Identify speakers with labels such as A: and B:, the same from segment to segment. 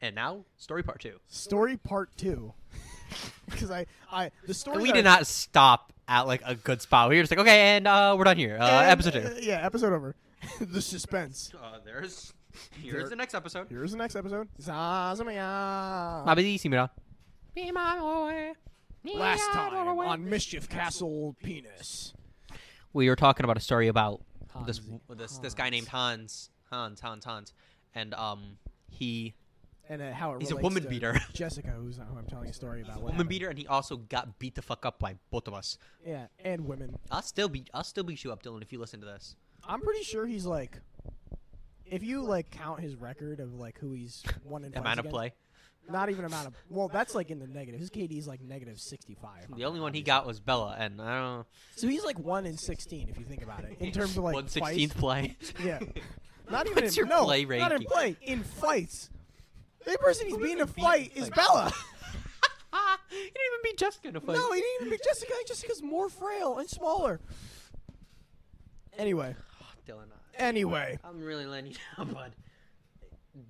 A: And now, story part two.
B: Story part two. Because I, I, the story
A: we
B: that
A: did
B: I-
A: not stop at like a good spot. We were just like, okay, and uh, we're done here. Uh,
B: and,
A: episode two.
B: uh, yeah, episode over. the suspense.
A: Uh, there's here's
B: There-
A: the next episode.
B: Here's the next episode. Zazamaya. Last time on Mischief Castle Penis.
A: we were talking about a story about this
B: Hansi-
A: this this guy named Hans Hans Hans Hans, and um he
B: And uh, how it
A: He's a
B: relates
A: woman
B: to
A: beater.
B: Jessica, who's not who I'm telling a story about. what
A: woman
B: happened.
A: beater, and he also got beat the fuck up by both of us.
B: Yeah, and women.
A: I'll still beat I'll still beat you up, Dylan, if you listen to this.
B: I'm pretty sure he's like, if you like count his record of like who he's won in
A: Amount of
B: against,
A: play.
B: not even amount of. Well, that's like in the negative. His KD is like negative 65.
A: The only one he got was Bella, and I don't know.
B: So he's like one in 16 if you think about it in terms of like
A: one
B: fights.
A: sixteenth play.
B: Yeah. Not even
A: What's
B: in,
A: your
B: no,
A: play
B: not in
A: ranking?
B: play in fights. The only person he's beating in a fight is Bella.
A: he didn't even beat Jessica in a fight.
B: No, he didn't even beat Jessica. Jessica's more frail and smaller. Anyway,
A: Dylan,
B: anyway,
A: I'm really letting you down, bud.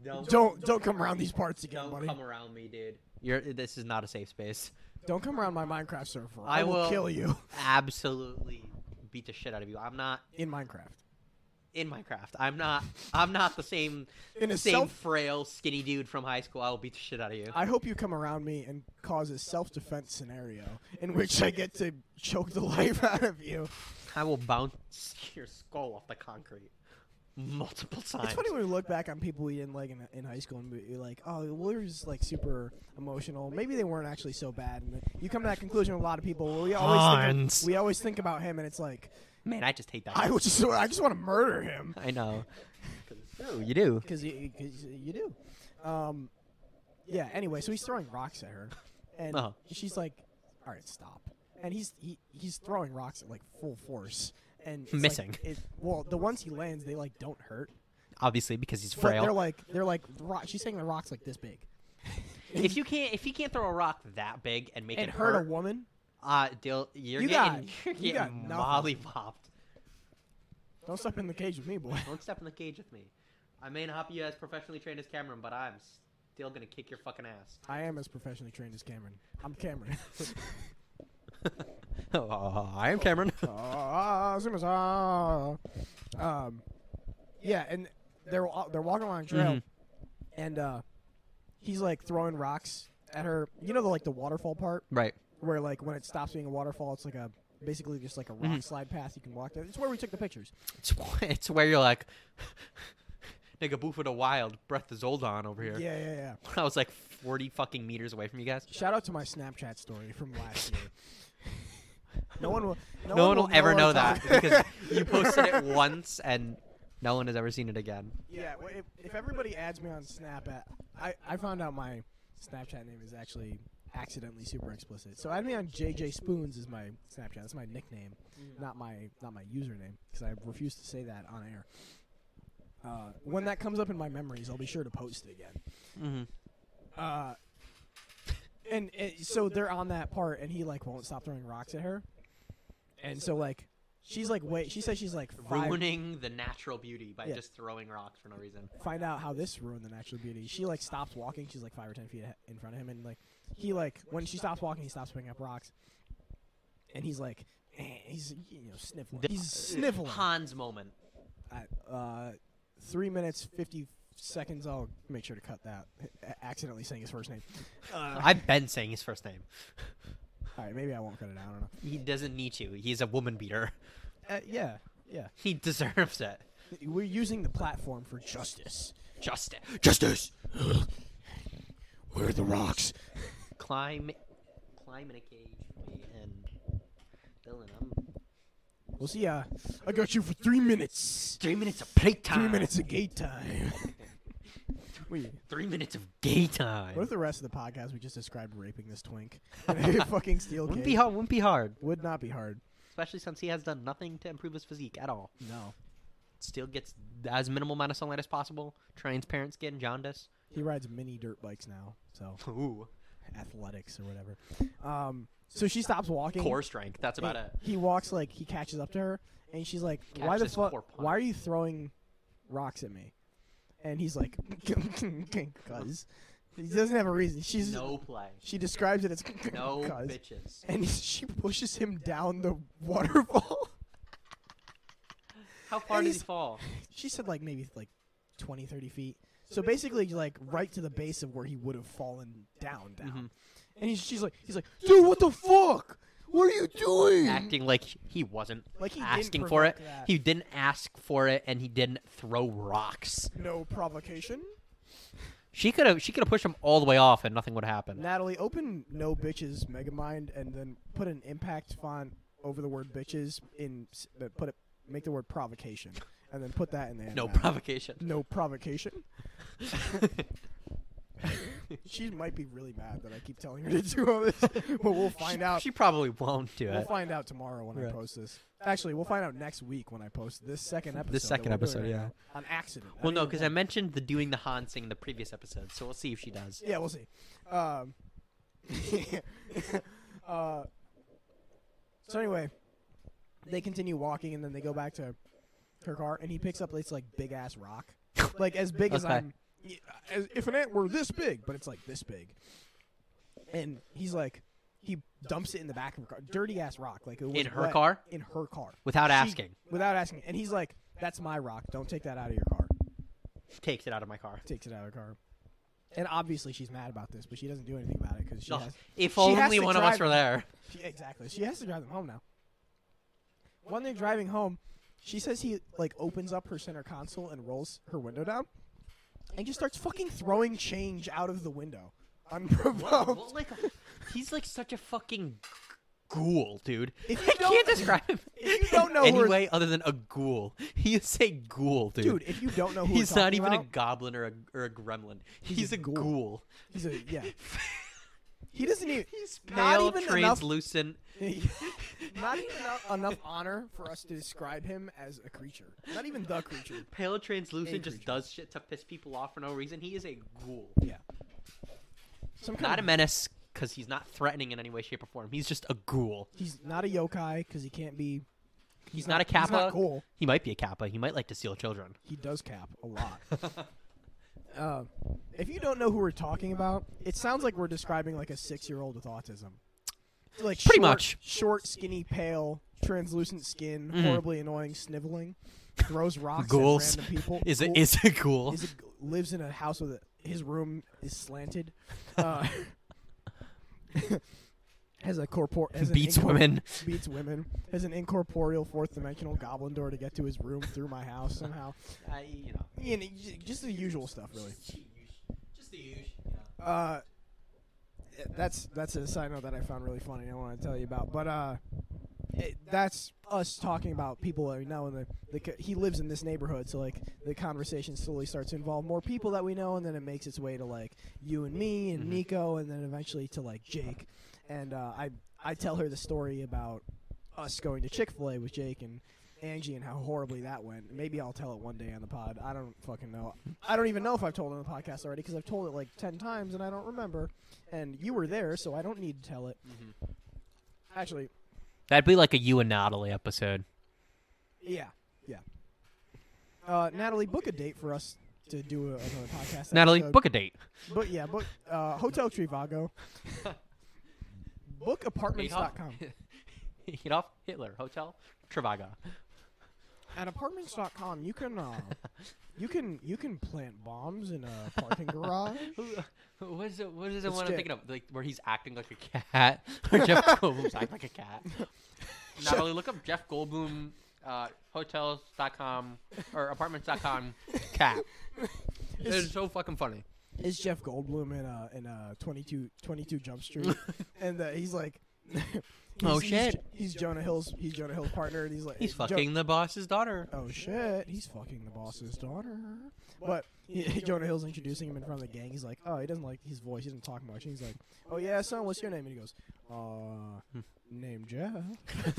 A: Don't
B: don't don't come around these parts again,
A: don't
B: buddy.
A: come around me, dude. You're this is not a safe space.
B: Don't come around my Minecraft server.
A: I
B: I will
A: will-
B: kill you
A: Absolutely beat the shit out of you. I'm not
B: in Minecraft.
A: in Minecraft. I'm not I'm not the same
B: In a
A: same
B: self-
A: frail skinny dude from high school. I will beat the shit out of you.
B: I hope you come around me and cause a self-defense scenario in which I get to choke the life out of you.
A: I will bounce your skull off the concrete multiple times.
B: It's funny when we look back on people we didn't like in, in high school and we- we're like, oh, we were just like super emotional. Maybe they weren't actually so bad. And you come to that conclusion with a lot of people. Where we always think
A: Hans.
B: we always think about him, and it's like
A: Man, I just hate that.
B: I would just I just want to murder him
A: I know. No, you do.
B: because you do. Um, yeah. Anyway, so he's throwing rocks at her, and
A: Uh-huh.
B: she's like, all right, stop. And he's he, he's throwing rocks at like full force. And it's like-
A: Missing.
B: it, well, the ones he lands, they like don't hurt.
A: Obviously, because he's
B: But
A: frail.
B: they're like they're like the rock, she's saying the rocks like this big.
A: if you can't if you can't throw a rock that big and make
B: and
A: it
B: hurt a
A: hurt,
B: woman.
A: uh, Dil, you're
B: You got-
A: getting you're
B: you got
A: getting
B: nothing.
A: mollywopped.
B: Don't step in the cage with me, boy.
A: Don't step in the cage with me. I may not be as professionally trained as Cameron, but I'm still gonna kick your fucking ass.
B: I am as professionally trained as Cameron. I'm Cameron.
A: oh, I am Cameron.
B: Ah, zoom is- ah. um, yeah, and they're wa- they're walking along a trail,
A: Mhm.
B: and uh, he's like throwing rocks at her. You know the like the waterfall part
A: right.
B: where like when it stops being a waterfall, it's like a basically just like a rock
A: Mm-hmm.
B: slide path you can walk down. It's where we took the pictures.
A: It's, wh- it's where you're like, nigga, boo for the wild, breath is old on over here.
B: Yeah, yeah, yeah.
A: I was like 40 fucking meters away from you guys.
B: Shout out to my Snapchat story from last year. No one will. No,
A: No, one will ever
B: what
A: know
B: I'm
A: that
B: talking-
A: because you posted it once and no one has ever seen it again.
B: Yeah, well, if, if everybody adds me on Snap, at, I, I found out my Snapchat name is actually accidentally super explicit. So add me on JJ Spoons is my Snapchat. That's my nickname, not my not my username because I refuse to say that on air. Uh, when that comes up in my memories, I'll be sure to post it again.
A: Mm-hmm.
B: Uh, and, and so they're on that part, and he like won't stop throwing rocks at her, and so like she's like wait, she says she's like five,
A: Ruining the natural beauty by
B: Yeah.
A: just throwing rocks for no reason.
B: find out how this ruined the natural beauty. She like stops walking. She's like five or ten feet ahe- in front of him, and like he like when she stops walking, he stops picking up rocks, and he's like eh, he's you know sniffling. He's
A: uh,
B: sniffling.
A: Hans moment.
B: At, uh, three minutes fifty seconds. I'll make sure to cut that. A- accidentally saying his first name. Uh,
A: I've been saying his first name.
B: all right, maybe I won't cut it out. I don't know.
A: He doesn't need to. He's a woman beater.
B: Uh, yeah, yeah.
A: He deserves it.
B: We're using the platform for justice.
A: Justice.
B: Justice. Where are the rocks?
A: Climb, climb in a cage for me and Dylan. I'm
B: We'll see. Uh, I got you for three minutes.
A: three minutes of playtime.
B: Three minutes of gate time. Wait,
A: Three minutes of gay time.
B: what if the rest of the podcast we just described raping this twink? fucking steel
A: Wouldn't
B: cage.
A: be hard. Wouldn't be hard.
B: Would not be hard.
A: Especially since he has done nothing to improve his physique at all.
B: No.
A: Still gets as minimal amount of sunlight as possible. Transparent skin, jaundice.
B: He rides mini dirt bikes now, so
A: Ooh.
B: athletics or whatever. Um, so she stops walking.
A: Core strength. That's about it.
B: He walks like he catches up to her, and she's like,
A: Catch
B: "Why the
A: this
B: fuck?
A: core punch."
B: Why are you throwing rocks at me?" And he's like, "Cause He doesn't have a reason. She's
A: no play.
B: she describes it as
A: No
B: cuz.
A: bitches.
B: and she pushes him down the waterfall.
A: How far
B: and
A: did he
B: he's-
A: fall?
B: she said like maybe like 20, 30 feet. So basically like right to the base of where he would have fallen down down.
A: Mhm.
B: And he's, she's like he's like, "Dude, what the fuck? What are you doing?"
A: Acting like he wasn't
B: Like he didn't
A: asking for it.
B: provoke that.
A: He didn't ask for it, and he didn't throw rocks.
B: no provocation.
A: She could have. She could have pushed him all the way off, and nothing would happen.
B: Natalie, open no bitches Megamind and then put an impact font over the word bitches in s- uh, put it make the word provocation and then put that in there.
A: No provocation.
B: no provocation. She might be really mad that I keep telling her to do all this, but we'll find
A: she,
B: out.
A: She probably won't do
B: We'll
A: it.
B: find out tomorrow when I
A: Right.
B: post this. Actually, we'll find out next week when I post this second episode. that
A: second
B: we're doing
A: episode,
B: right
A: yeah.
B: now On accident. I
A: Well, no,
B: didn't
A: because I
B: even-
A: mentioned the doing the Hansing in the previous episode, so we'll see if she does.
B: Yeah, we'll see. Um, uh, so anyway, they continue walking, and then they go back to her car, and he picks up this like big ass rock, like as big as
A: Okay.
B: I'm. y- As, if an ant were this big, but it's like this big, and he's like, he dumps it in the back of her car, dirty ass rock, like it was
A: In her
B: wet
A: car?
B: in her car,
A: Without
B: She-
A: asking,
B: without asking, and he's like, "That's my rock. Don't take that out of your car."
A: she takes it out of my car.
B: takes it out of her car. And obviously she's mad about this, but she doesn't do anything about it because she
A: No,
B: has
A: if
B: she has
A: only
B: to
A: one of us
B: drive-
A: were there.
B: she, exactly. She has to drive them home now. When they're driving home, she says he like opens up her center console and rolls her window down, and just starts fucking throwing change out of the window, unprovoked.
A: Well, like, he's like such a fucking ghoul, dude.
B: If you
A: I
B: don't-
A: can't describe him
B: if you don't know
A: any
B: who we're-
A: way other than a ghoul. He is a ghoul, dude.
B: Dude, if you don't know who
A: he's
B: we're
A: not
B: talking
A: even a
B: about-
A: goblin or a, or a gremlin. He's,
B: a
A: a
B: ghoul.
A: ghoul.
B: He's a yeah. He doesn't even.
A: He's
B: not
A: pale,
B: even enough
A: translucent.
B: not even enough, enough honor for us to describe him as a creature. Not even the creature.
A: Pale, translucent,
B: creature.
A: just does shit to piss people off for no reason. He is a ghoul.
B: Yeah. Some kind
A: Not a
B: of,
A: menace because he's not threatening in any way, shape, or form. He's just a ghoul.
B: he's not a yokai because he can't be.
A: He's, not, a kappa.
B: He's not cool.
A: He might be a kappa. He might like to steal children.
B: He does cap a lot. uh, if you don't know who we're talking about, it sounds like we're describing like a six-year-old with autism. Like
A: Pretty
B: short-
A: much.
B: short, skinny, pale, translucent skin,
A: Mhm.
B: horribly annoying, sniveling, throws rocks
A: Ghouls.
B: at random people.
A: Is it
B: Ghoul-
A: is a ghoul?
B: is it, lives in a house with a, his room is slanted. Uh, has a corpor has an
A: Beats
B: incor-
A: women.
B: Beats women. Has an incorporeal fourth dimensional goblin door to get to his room through my house somehow.
A: I, you know,
B: You know, j- just the usual stuff, really.
A: just the usual.
B: Uh, that's that's a side note that I found really funny. and I want to tell you about, but uh, it, that's us talking about people that we know, and the, the co- he lives in this neighborhood, so like the conversation slowly starts to involve more people that we know, and then it makes its way to like you and me and Nico, and then eventually to like Jake, and uh, I I tell her the story about us going to Chick Fil A with Jake and. Angie and how horribly that went. Maybe I'll tell it one day on the pod. I don't fucking know. I don't even know if I've told it on the podcast already because I've told it like ten times and I don't remember. And you were there, so I don't need to tell it. Actually,
A: That'd be like a you and Natalie episode.
B: yeah, yeah. Uh, Natalie, book a date for us to do a, another podcast.
A: Natalie,
B: episode.
A: book a date.
B: But yeah, book uh, Hotel Trivago. book apartments.com.
A: Adolf Hitler Hotel Travaga.
B: At apartments.com, you can uh, you can you can plant bombs in a parking garage.
A: What is it? What is the
B: Let's
A: one
B: get-
A: I'm thinking of? Like where he's acting like a cat, or Jeff Goldblum's acting like a cat. Natalie, look up Jeff Goldblum uh, hotels.com or apartments.com cat. It is so fucking funny.
B: is Jeff Goldblum in a in a 22, 22 Jump Street, and uh, he's like, he's,
A: Oh,
B: he's-
A: shit.
B: he's, Jonah Hill's he's Jonah Hill's partner, and he's like,
A: He's
B: Jo-
A: fucking the boss's daughter.
B: oh shit, he's fucking the boss's daughter. But he- Jonah Hill's introducing him in front of the gang. He's like, oh, he doesn't like his voice. He doesn't talk much. And he's like, oh yeah, son, what's your name? And he goes,
A: Hmm.
B: uh, name Jeff.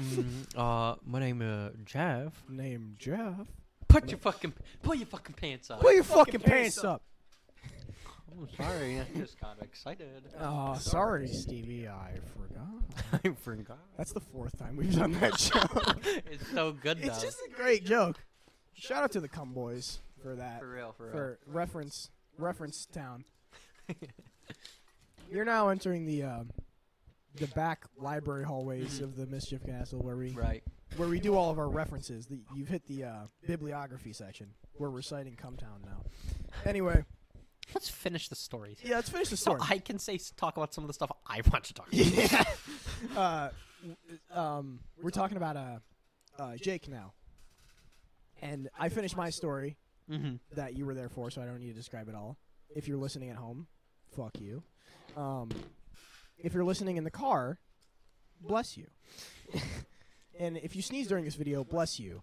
A: Mm, uh, my name is Jeff.
B: Name Jeff.
A: Put your fucking pull your fucking pants up.
B: Put your fucking pants up.
A: Oh, sorry, I just got excited.
B: Oh, sorry, Stevie, I forgot.
A: I forgot.
B: That's the fourth time we've done that show.
A: It's so good though.
B: It's just a great joke. Shout out to the Cum Boys for that.
A: for real, for real.
B: For reference reference town. You're now entering the um, the back library hallways of the Mischief Castle, where we
A: Mm-hmm. Right.
B: where we do all of our references. The, you've hit the uh, bibliography section. We're reciting Cumtown now. Anyway,
A: Let's finish the story.
B: yeah, let's finish the
A: So
B: story.
A: I can say talk about some of the stuff I want to talk about.
B: yeah. uh, w- um, we're talking about uh, uh, Jake now, and I finished my story
A: Mm-hmm.
B: that you were there for, so I don't need to describe it all. If you're listening at home, fuck you. Um, if you're listening in the car, bless you. and if you sneeze during this video, bless you.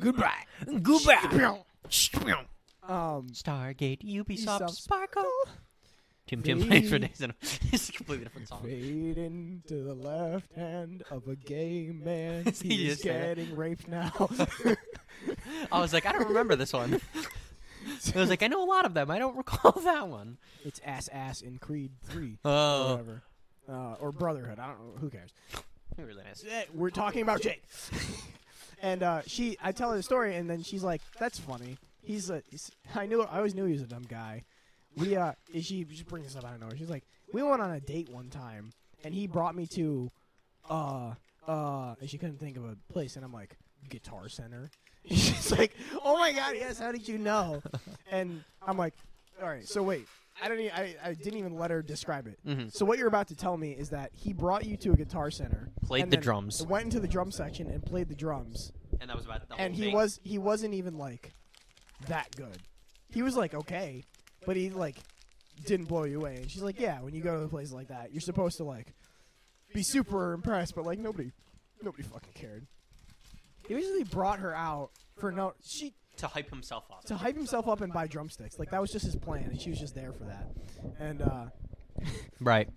A: Goodbye. Goodbye.
B: Um,
A: Stargate Ubisoft
B: Ubisoft
A: Sparkle. Tim Tim
B: Fade.
A: plays for days. and- It's a completely different song.
B: Fading to the left hand of a gay man.
A: Is he
B: He's
A: just saying
B: getting raped now.
A: I was like, I don't remember this one. I was like, I know a lot of them. I don't recall that one.
B: it's ass ass in Creed 3. Or
A: Oh,
B: whatever. Uh, or Brotherhood. I don't know. Who cares?
A: really nice.
B: Eh, We're talking about Jake. and uh, she, I tell her the story, and then she's like, "That's funny." He's a. He's, I knew. I always knew he was a dumb guy. We uh, she just brings this up out of nowhere. She's like, "We went on a date one time, and he brought me to, uh, uh," and she couldn't think of a place, and I'm like, "Guitar Center." She's like, "Oh my god, yes! How did you know?" and I'm like, "All right, so wait." I don't. e- I, I didn't even let her describe it.
A: Mhm.
B: So what you're about to tell me is that he brought you to a guitar center,
A: Played
B: and
A: the
B: then
A: drums.
B: Went into the drum section and played the drums,
A: And that was about the
B: and
A: whole
B: he
A: thing.
B: was he wasn't even like that good. He was like okay, but he like didn't blow you away. And she's like, yeah, when you go to a place like that, you're supposed to like be super impressed, but like nobody nobody fucking cared. He basically brought her out for no she
A: to hype himself up.
B: to hype himself up and buy drumsticks. Like that was just his plan, and she was just there for that. And uh,
A: Right.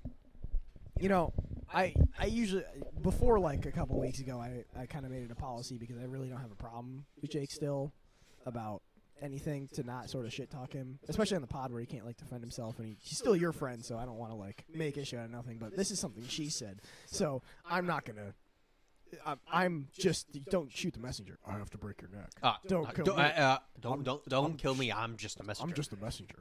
B: you know, I I usually before like a couple weeks ago, I I kind of made it a policy because I really don't have a problem with Jake still about anything to not sort of shit talk him, especially on the pod where he can't like defend himself and he, he's still your friend, so I don't want to like make issue out of nothing. But this is something she said, so I'm not gonna. I'm, I'm just don't shoot the messenger. I have to break your neck.
A: Uh,
B: Don't
A: uh,
B: kill
A: don't,
B: me.
A: uh, uh, don't, don't, don't kill me. I'm just a messenger.
B: I'm just a messenger.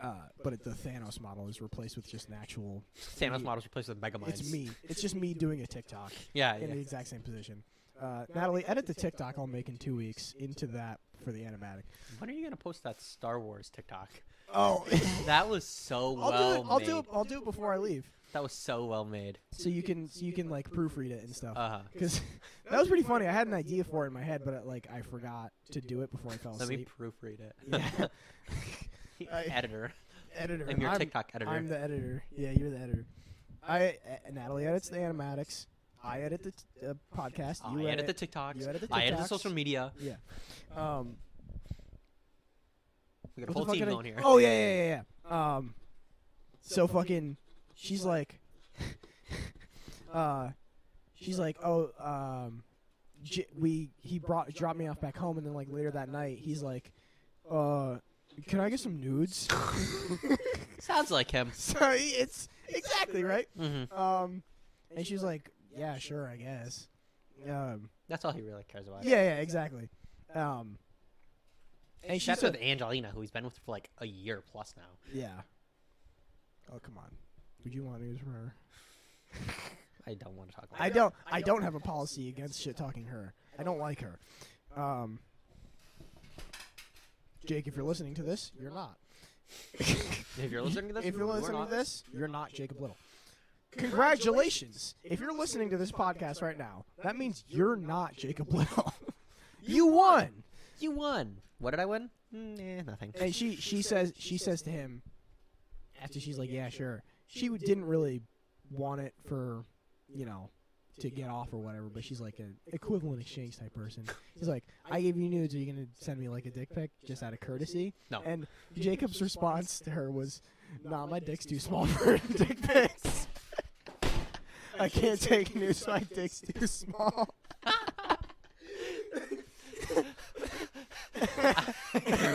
B: Uh, but the Thanos model is replaced with just an actual.
A: Thanos models replaced with Mega
B: It's me. It's just me doing a TikTok.
A: Yeah,
B: in the
A: yeah.
B: exact same position. Uh, Natalie, edit the TikTok I'll make in two weeks into that for the animatic.
A: When are you gonna post that Star Wars TikTok?
B: Oh,
A: That was so well
B: I'll do it. I'll
A: made.
B: do it. I'll do it before I leave,
A: That was so well made.
B: so you can so you can like proofread it and stuff.
A: Uh,
B: Because that was pretty funny. I had an idea for it in my head, but uh like I forgot to do it before I fell
A: let me
B: asleep.
A: proofread it.
B: Yeah. I-
A: editor.
B: editor,
A: I'm your
B: I'm,
A: TikTok editor.
B: I'm the editor. Yeah, you're the editor. I uh, Natalie edits the animatics. I edit the t- uh, podcast.
A: I
B: you
A: edit, the TikToks.
B: you edit the
A: I edit the
B: TikToks.
A: social media.
B: yeah. Um,
A: We got a
B: What the
A: whole
B: fuck
A: team
B: did I-
A: going here.
B: Oh yeah, yeah, yeah, yeah. Um, so fucking, she's like, uh, she's like, oh, um, J- we he brought dropped me off back home, and then like later that night, he's like, uh, can I get some nudes?
A: Sounds like him.
B: so it's exactly right.
A: hmm
B: Um, and she's like, yeah, sure, I guess. Um,
A: That's all he really cares about.
B: yeah, yeah, exactly. Um, and she
A: That's
B: said,
A: with Angelina, who he's been with for like a year plus now.
B: yeah. Oh come on, would you want nudes from her?
A: I don't want to talk about.
B: I
A: it.
B: don't. I don't have a policy against shit talking her. I don't like her. Um, Jake, if you're listening to this, you're not.
A: If you're listening to this,
B: If you're
A: we're
B: listening
A: not.
B: to this, you're not Jacob Little. Congratulations! If you're listening to this podcast right now, that means you're not Jacob Little. you won.
A: you won. What did I win? Mm, eh, nothing.
B: And she she says she says to him after she's like, yeah, sure. She didn't really want it for, you know, to get off or whatever. But she's like an equivalent exchange type person. She's like, I gave you nudes. Are you gonna send me like a dick pic just out of courtesy?
A: No.
B: And Jacob's response to her was, Nah, my dick's too small for dick pics. I can't take nudes. My dick's too small.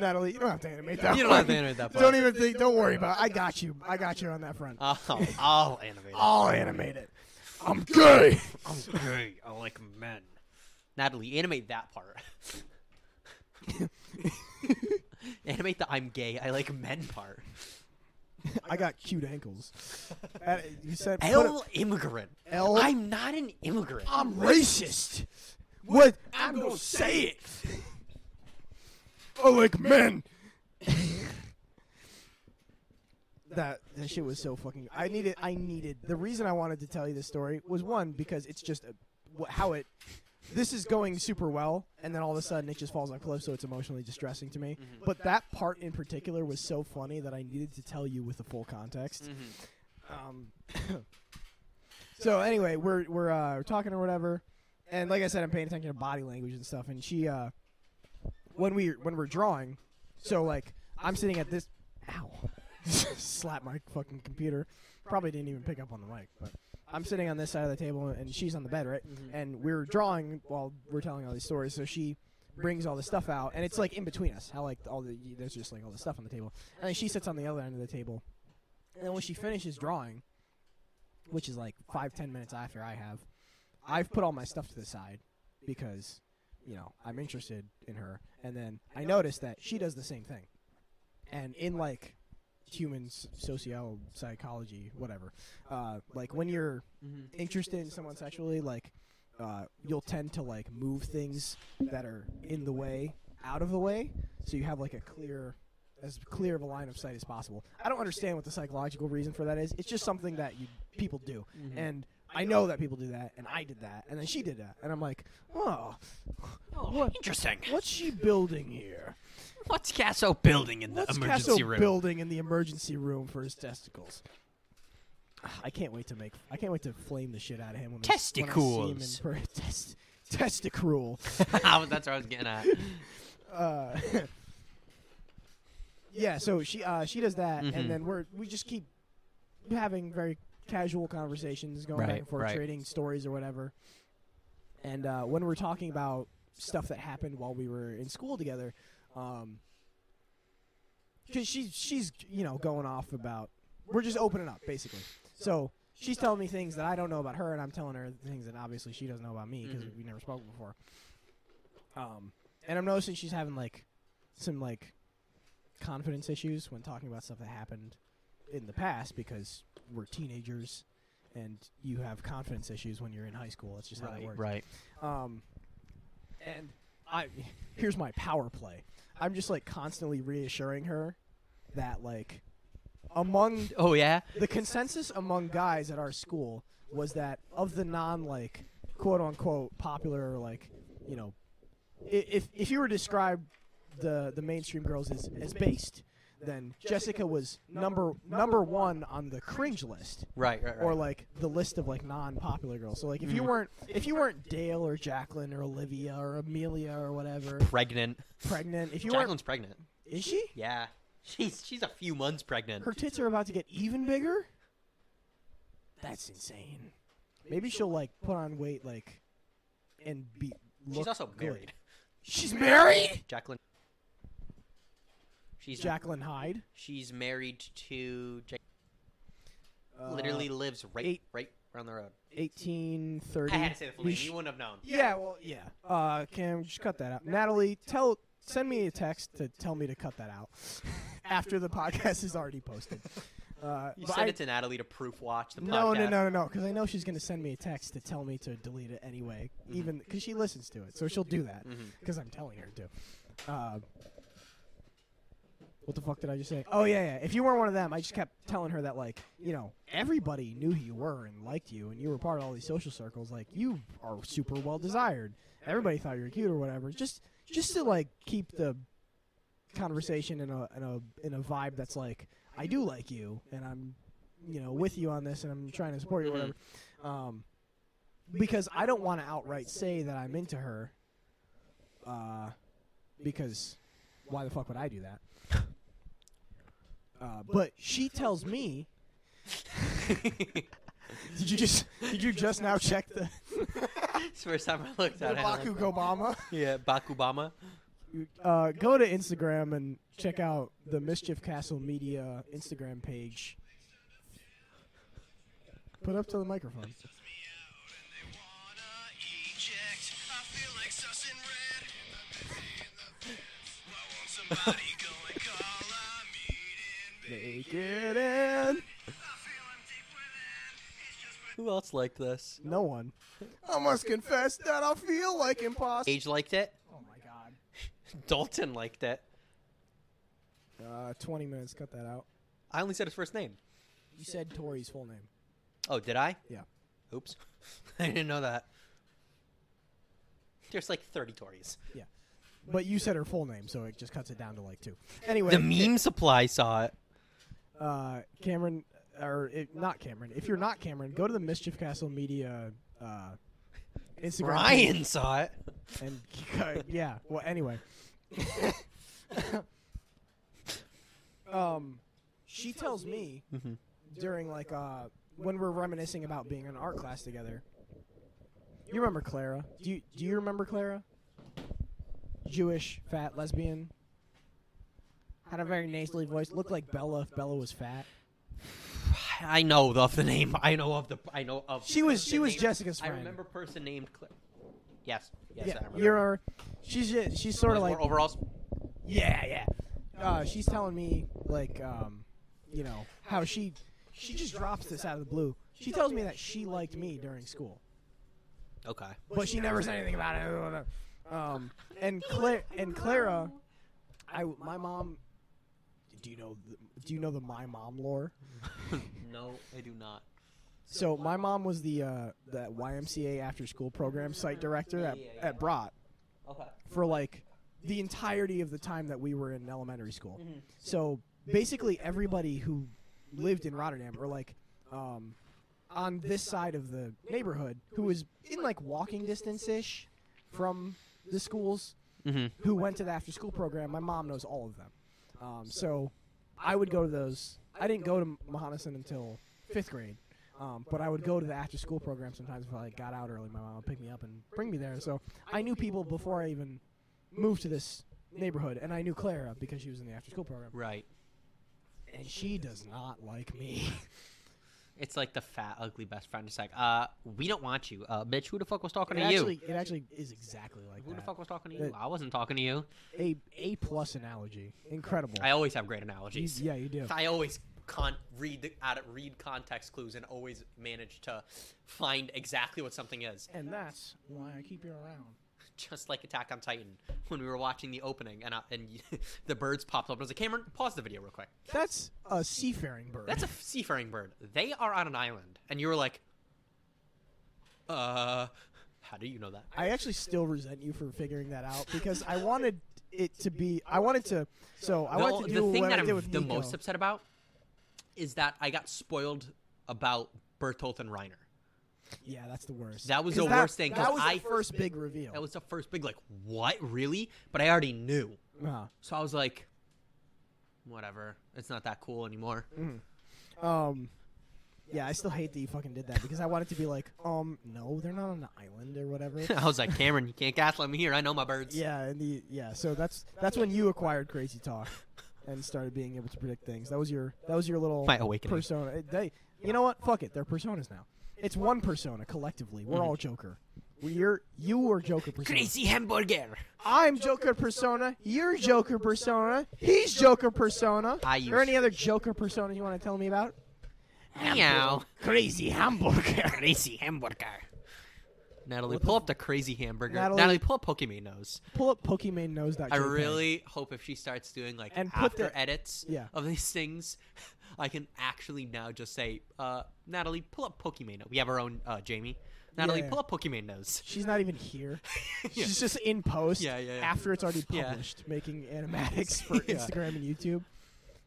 B: Natalie, you don't have to animate that.
A: You don't have to
B: one.
A: animate that part.
B: Don't even think. Don't worry about. it. I got you. I got you on that front.
A: Oh, I'll
B: Oh,
A: animate. it.
B: I'll animate it. I'm gay.
A: I'm gay. I like men.
C: Natalie, animate that part. animate the I'm gay, I like men part.
B: I got cute ankles. That, you said put
C: L immigrant.
B: L- Oh,
C: I'm not an immigrant.
B: I'm racist. What? I'm gonna say it. I like men. that that shit was so fucking. I needed. I needed. The reason I wanted to tell you this story was one because it's just a, wh- how it. This is going super well, and then all of a sudden it just falls on cliff, so it's emotionally distressing to me. But that part in particular was so funny that I needed to tell you with the full context. Um, so anyway, we're we're uh, we're talking or whatever, and like I said, I'm paying attention to body language and stuff. And she, uh, when we when we're drawing, so like I'm sitting at this, ow, slap my fucking computer. Probably didn't even pick up on the mic, but I'm sitting on this side of the table and she's on the bed, right? And we're drawing while we're telling all these stories. So she brings all this stuff out, and it's like in between us. How like all the there's just like all the stuff on the table, and then she sits on the other end of the table. And then when she finishes drawing, which is like five ten minutes after I have, I've put all my stuff to the side because you know I'm interested in her, and then I notice that she does the same thing, and in like human s- socio psychology, whatever, uh, like when you're interested in someone sexually, like uh, you'll tend to like move things that are in the way out of the way, so you have like a clear as clear of a line of sight as possible. I don't understand what the psychological reason for that is. It's just something that you people do, and I know that people do that, and I did that, and then she did that, and I'm like, oh, what,
C: Interesting.
B: what's she building here?
C: What's Casso building in the
B: What's
C: emergency
B: Casso
C: room?
B: building in the emergency room for his testicles? I can't wait to make. I can't wait to flame the shit out of him when I s- when I see him in
C: Testicles.
B: per- test, testicruel.
C: I was- That's what I was getting at.
B: uh, yeah, so she uh, she does that,
C: Mm-hmm.
B: and then we're we just keep having very casual conversations, going back
C: Right,
B: and forth,
C: right.
B: trading stories or whatever. And uh, when we're talking about stuff that happened while we were in school together, um, because she's she's you know going off about we're just opening up basically. So she's telling me things that I don't know about her, and I'm telling her things that obviously she doesn't know about me because
C: Mm-hmm.
B: we never spoke before. Um, and I'm noticing she's having like some like confidence issues when talking about stuff that happened in the past because we're teenagers and you have confidence issues when you're in high school. It's just how that works.
C: Right.
B: Um, and I here's my power play. I'm just like constantly reassuring her that like among
C: Oh yeah.
B: the consensus among guys at our school was that of the non like quote unquote popular or like you know i- if if you were to describe the the mainstream girls as as based then Jessica was number number one on the cringe list
C: Right. Right. Right.
B: or like the list of like non-popular girls. So like if you weren't if you weren't Dale or Jacqueline or Olivia or Amelia or whatever
C: pregnant.
B: pregnant, if you weren't
C: Jacqueline's pregnant.
B: is she?
C: Yeah. She's she's a few months pregnant.
B: Her tits are about to get even bigger. That's insane. Maybe she'll like put on weight like and be.
C: she's
B: look
C: also
B: good.
C: married.
B: She's married.
C: Jacqueline. She's
B: Jacqueline Hyde.
C: she's married to Jack.
B: Uh,
C: literally lives right
B: eight-
C: right around the road.
B: 1830.
C: I had to say the full
B: We
C: name.
B: sh-
C: You wouldn't have known.
B: Yeah, well, yeah. Uh, Cam, just cut that out. Natalie, tell, send me a text to tell me to cut that out after the podcast is already posted. Uh,
C: You
B: but
C: sent
B: I-
C: it to Natalie to proof watch the podcast.
B: no, no, no, no, no, because I know she's gonna send me a text to tell me to delete it anyway,
C: Mm-hmm.
B: even because she listens to it, so she'll do that because I'm telling her to. Uh, what the fuck did I just say? Oh yeah, yeah. If you weren't one of them, I just kept telling her that like you know everybody knew who you were and liked you, and you were part of all these social circles. Like you are super well desired. Everybody thought you were cute or whatever. Just just to like keep the conversation in a in a in a vibe that's like I do like you and I'm you know with you on this and I'm trying to support you or whatever. Um, because I don't want to outright say that I'm into her. Uh, because why the fuck would I do that? Uh, but she tells me. Did you just did you just now check the,
C: It's the first time I looked
B: the
C: at it. I was
B: Baku
C: like,
B: Obama?
C: yeah, Bakubama.
B: uh, go to Instagram and check out the Mischief Castle Media Instagram page. Put up to the microphone.
A: wanna eject. I feel like
B: Make it in.
C: Who else liked this?
B: No one. I must confess that I feel like imposter.
A: Age liked it.
B: Oh my god.
A: Dalton liked it.
B: Uh, 20 minutes. Cut that out.
A: I only said his first name.
B: You said Tori's full name.
A: Oh, did I?
B: Yeah.
A: Oops. I didn't know that. There's like 30 Tories.
B: But you said her full name, so it just cuts it down to like two. Anyway,
A: The meme supply saw it.
B: uh, Cameron, or it, not Cameron. If you're not Cameron, go to the Mischief Castle Media uh, Instagram. page
A: Ryan saw it.
B: And uh, yeah. Well, anyway. um, she tells me during like uh when we're reminiscing about being in art class together. You remember Clara? Do you do you remember Clara? Jewish, fat, lesbian. Had a very nasally voice. Looked like Bella if Bella was fat.
A: I know of the name. I know of the. I know of.
B: She was- she
A: the
B: was
A: name-
B: Jessica's
A: I
B: friend.
A: remember person named. Cla- yes. Yes. I remember.
B: you remember? She's ju- she's sort of like
A: overalls.
B: Yeah, yeah. Uh, she's telling me like, um, you know, how she she just drops this out of the blue. She tells me that she liked me during school,
A: Okay.
B: but she never said anything about it. Um, and Claire and Clara, I my mom. Do you know the, do you know the my mom lore?
A: No, I do not.
B: So my mom was the uh, the YMCA after school program site director at at Brat.
A: Okay.
B: for like the entirety of the time that we were in elementary school. So basically, everybody who lived in Rotterdam or like um, on this side of the neighborhood who was in like walking distance ish from the schools
A: Mm-hmm.
B: who went to the after school program, my mom knows all of them. Um, so I would go to those. I didn't go to Mahonison until fifth grade. Um, but I would go to the after school program sometimes if I like, got out early. My mom would pick me up and bring me there. So I knew people before I even moved to this neighborhood, and I knew Clara because she was in the after school program.
A: Right.
B: And she does not like me.
A: It's like the fat, ugly best friend. It's like, uh, we don't want you, uh, bitch. Who the fuck was talking
B: it
A: to you?
B: actually, it actually is exactly like
A: Who the
B: that.
A: fuck was talking to
B: Uh,
A: you? I wasn't talking to you.
B: A A plus analogy, incredible.
A: I always have great
B: You-
A: analogies.
B: yeah, you do.
A: I always con- read the, out of, read context clues and always manage to find exactly what something is.
B: And that's why I keep you around.
A: Just like Attack on Titan when we were watching the opening and I, and the birds popped up. And I was like, Cameron, pause the video real quick.
B: That's a seafaring bird.
A: That's a seafaring bird. They are on an island, and you were like, uh, how do you know that?
B: I actually still resent you for figuring that out because I wanted it to be. I wanted to. So I
A: the,
B: wanted to do
A: the thing
B: what
A: that
B: I
A: I'm
B: did with
A: the
B: Nico.
A: most upset about is that I got spoiled about Bertolt and Reiner.
B: Yeah, that's the worst.
A: That was
B: 'Cause
A: the worst thing, 'cause
B: That was
A: I-
B: the first big reveal.
A: That was the first big like, what really? But I already knew.
B: Uh-huh.
A: So I was like, whatever. It's not that cool anymore.
B: um, yeah, I still hate that you fucking did that because I wanted to be like, um, no, they're not on an island or whatever.
A: I was like, Cameron, you can't gaslight me here. I know my birds.
B: yeah, and the yeah. So that's that's when you acquired crazy talk and started being able to predict things. That was your that was your little
A: My awakening.
B: persona. It- They, you know what? Fuck it. They're personas now. It's one persona collectively. We're all Joker. We're you were Joker persona.
A: Crazy hamburger.
B: I'm Joker persona. You're Joker persona. He's Joker persona.
A: I
B: Or any
A: use-
B: other Joker persona you want to tell me about?
A: Meow.
B: Crazy hamburger.
A: Crazy hamburger. Natalie,
B: What the
A: pull up the crazy hamburger.
B: Natalie-
A: Natalie, pull up Pokemon Nose.
B: Pull up PokemonNose.jpg.
A: I really hope if she starts doing like
B: And put
A: after
B: the-
A: edits
B: yeah.
A: of these things, I can actually now just say, uh, Natalie, pull up Pokemon. We have our own uh, Jamie. Natalie,
B: Yeah.
A: pull up Pokemon Nose.
B: She's not even here. She's just in post
A: Yeah, yeah, yeah.
B: after it's already
A: Yeah.
B: published, making animatics for
A: Yeah.
B: Instagram and YouTube.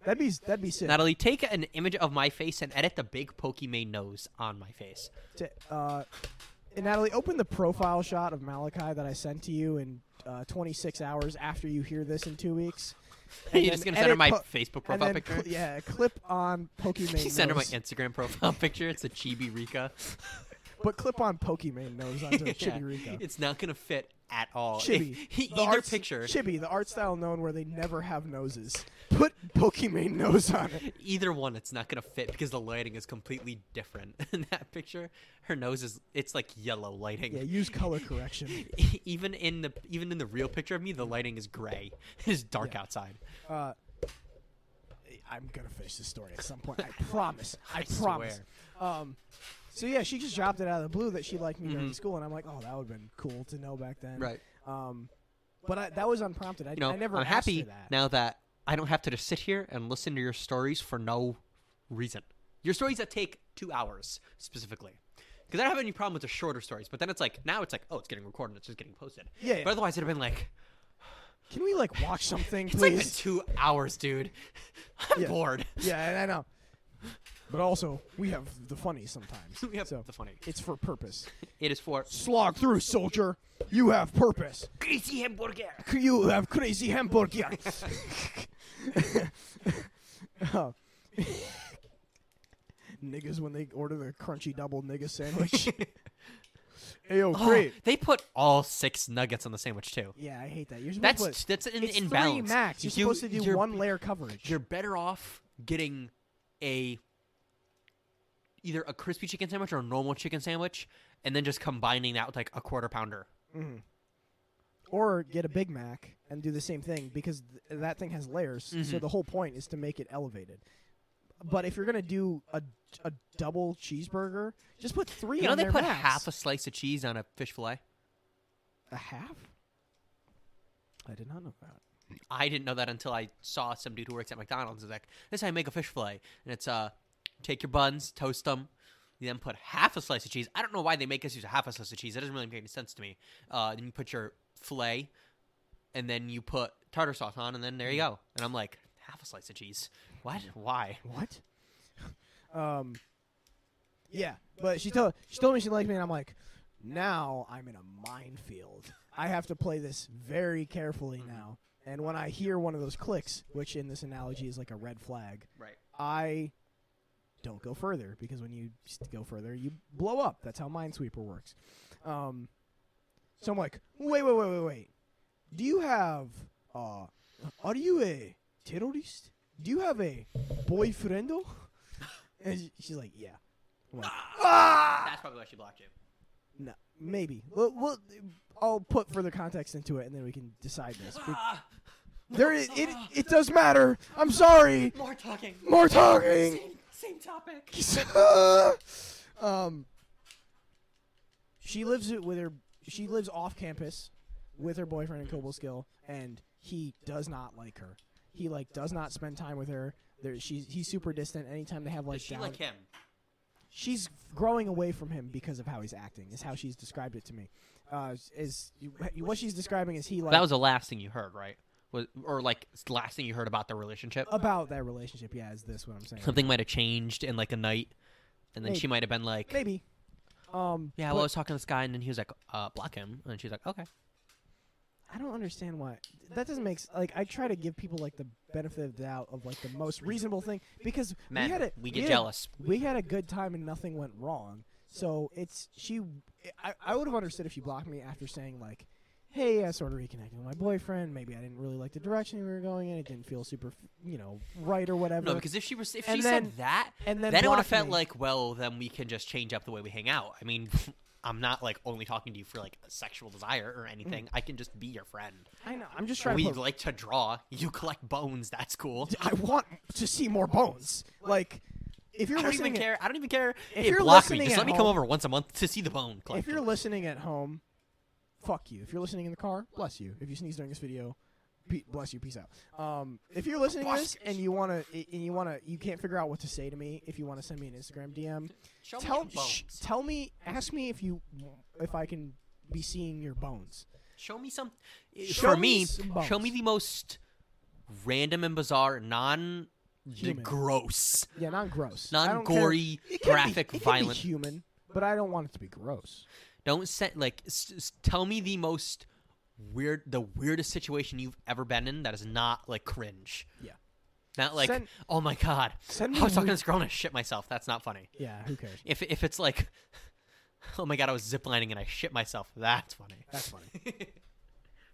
B: That'd be that'd be sick.
A: Natalie, take an image of my face and edit the big Pokemon nose on my face.
B: to, uh, and Natalie, open the profile shot of Malachi that I sent to you in uh, 26 hours after you hear this in two weeks.
A: You're
B: And then
A: just gonna send her
B: edit
A: my
B: po-
A: Facebook
B: and
A: profile
B: then
A: picture.
B: cl- yeah, clip on Pokemon.
A: send her my
B: Nose.
A: Instagram profile picture. It's a chibi Rika.
B: But clip on Pokimane nose onto Chibi Rico.
A: It's not gonna fit at all. If
B: Chibi.
A: he-
B: The
A: either
B: art-
A: picture,
B: Chibi, the art style known where they never have noses. Put Pokimane nose on it.
A: either one, it's not gonna fit because the lighting is completely different in that picture. Her nose is it's like yellow lighting.
B: Yeah, use color correction.
A: even in the even in the real picture of me, the lighting is gray. It is dark outside.
B: Uh, I'm gonna finish this story at some point. I promise. I,
A: I
B: promise. Um, so yeah, she just dropped it out of the blue that she liked me during school, and I'm like, oh, that would've been cool to know back then.
A: Mm-hmm. Right.
B: Um, but I, that was unprompted. I,
A: You know,
B: I never
A: I'm
B: asked
A: happy
B: her that.
A: now that I don't have to just sit here and listen to your stories for no reason. Your stories that take two hours specifically. Because I don't have any problem with the shorter stories, but then it's like now it's like oh, it's getting recorded, it's just getting posted.
B: Yeah, yeah.
A: But otherwise, it'd have been like
B: Can we like watch something,
A: it's
B: please?
A: like been two hours, dude. I'm
B: Yeah.
A: bored.
B: yeah, I- I know. But also, we have the funny sometimes.
A: we have
B: so
A: the funny.
B: it's for purpose.
A: It is for
B: Slog through, soldier. You have purpose.
A: greasy hamburger.
B: You have crazy hamburger. oh. niggas when they order the crunchy double nigga sandwich. Ayo,
A: Oh,
B: great.
A: they put all six nuggets on the sandwich too.
B: Yeah, I hate that. You're supposed
A: That's
B: to put,
A: that's an
B: it's three
A: imbalance.
B: max. You're
A: You-
B: supposed to do
A: you're-
B: one layer coverage.
A: You're better off getting a either a crispy chicken sandwich or a normal chicken sandwich, and then just combining that with like a quarter pounder.
B: or get a Big Mac and do the same thing because th- that thing has layers.
A: Mm-hmm.
B: So the whole point is to make it elevated. But if you're gonna do a, a double cheeseburger, just put three.
A: You know
B: on
A: they
B: there
A: put
B: max.
A: half a slice of cheese on a fish fillet.
B: a half. I did not know that.
A: I didn't know that until I saw some dude who works at McDonald's. Is like, this is how you make a fish fillet, and it's uh, take your buns, toast them, you then put half a slice of cheese. I don't know why they make us use a half a slice of cheese. That doesn't really make any sense to me. Uh, then you put your fillet, and then you put tartar sauce on, and then there you go. And I'm like, half a slice of cheese. What? Why?
B: What? um. Yeah, but she told she told me she liked me, and I'm like, now I'm in a minefield. I have to play this very carefully now. And when I hear one of those clicks, which in this analogy is like a red flag,
A: Right.
B: I don't go further because when you s- go further, you blow up. That's how Minesweeper works. Um, so I'm like, wait, wait, wait, wait, wait. Do you have? Uh, are you a terrorist? Do you have a boyfriendo? And sh- she's like, yeah. I'm like, ah!
A: That's probably why she blocked you.
B: No, maybe. We'll, we'll, I'll put further context into it, and then we can decide this. We-
A: Ah,
B: there, it, it, it does matter. I'm sorry.
A: more talking.
B: More talking.
A: Same, same topic.
B: um, she lives it with her. She lives off campus with her boyfriend in Cobleskill, and he does not like her. He like does not spend time with her. There, she's he's super distant. Anytime they have like
A: Does she
B: down,
A: like him?
B: she's growing away from him because of how he's acting. Is how she's described it to me. Uh, is what she's describing is he like
A: That was the last thing you heard, right? Was, or like last thing you heard about the relationship?
B: about that relationship. Yeah, is this what I'm saying?
A: something might have changed in like a night, and then
B: Maybe.
A: she might have been like,
B: Maybe. Um,
A: "Yeah,
B: but-
A: well, I was talking to this guy, and then he was like, uh, block him," and she's like, "Okay."
B: I don't understand why that doesn't make s- like I try to give people like the benefit of the doubt of like the most reasonable thing because
A: Men,
B: we had a
A: we get
B: had a-
A: jealous.
B: we had a good time and nothing went wrong. So it's she I, I would have understood if she blocked me after saying like hey, I sort of reconnected with my boyfriend, maybe I didn't really like the direction we were going in, it didn't feel super, you know, right or whatever.
A: No, because if she was, if she
B: And then-
A: said that,
B: and then
A: then it would have
B: block
A: felt
B: me.
A: like, well, then we can just change up the way we hang out. I mean, I'm not like only talking to you for like sexual desire or anything. I can just be your friend.
B: I know, I'm just trying
A: we
B: Mm. to put-
A: like to draw. You collect bones. That's cool.
B: I want to see more bones. Like if you're
A: I don't
B: listening
A: even
B: at-
A: care. I don't even care.
B: If
A: Hey,
B: you're
A: block me.
B: listening
A: Just
B: at
A: let me come
B: home-
A: over once a month to see the bone.
B: If
A: collected.
B: you're listening at home, fuck you. If you're listening in the car, bless you. If you sneeze during this video, pe- bless you. Peace out. Um, if you're listening to this and you wanna i- and you wanna you can't figure out what to say to me, if you wanna send me an Instagram DM,
A: Show me
B: tell
A: your bones.
B: sh- tell me ask me if you if I can be seeing your bones.
A: Show me some. eh,
B: Show
A: for
B: me
A: me,
B: some
A: show
B: bones.
A: me the most random and bizarre, non,
B: Human.
A: gross,
B: Yeah, not gross. I don't care.
A: non-gory,
B: It can be-
A: graphic,
B: it can be
A: violent.
B: human, but I don't want it to be gross.
A: Don't set like. S- s- tell me the most weird, the weirdest situation you've ever been in that is not like cringe.
B: Yeah.
A: Not like,
B: Send-
A: oh my god,
B: send me
A: I was talking
B: weird-
A: to this girl and I shit myself. That's not funny.
B: Yeah, who cares?
A: If if it's like, Oh my god, I was ziplining and I shit myself. That's funny.
B: That's funny.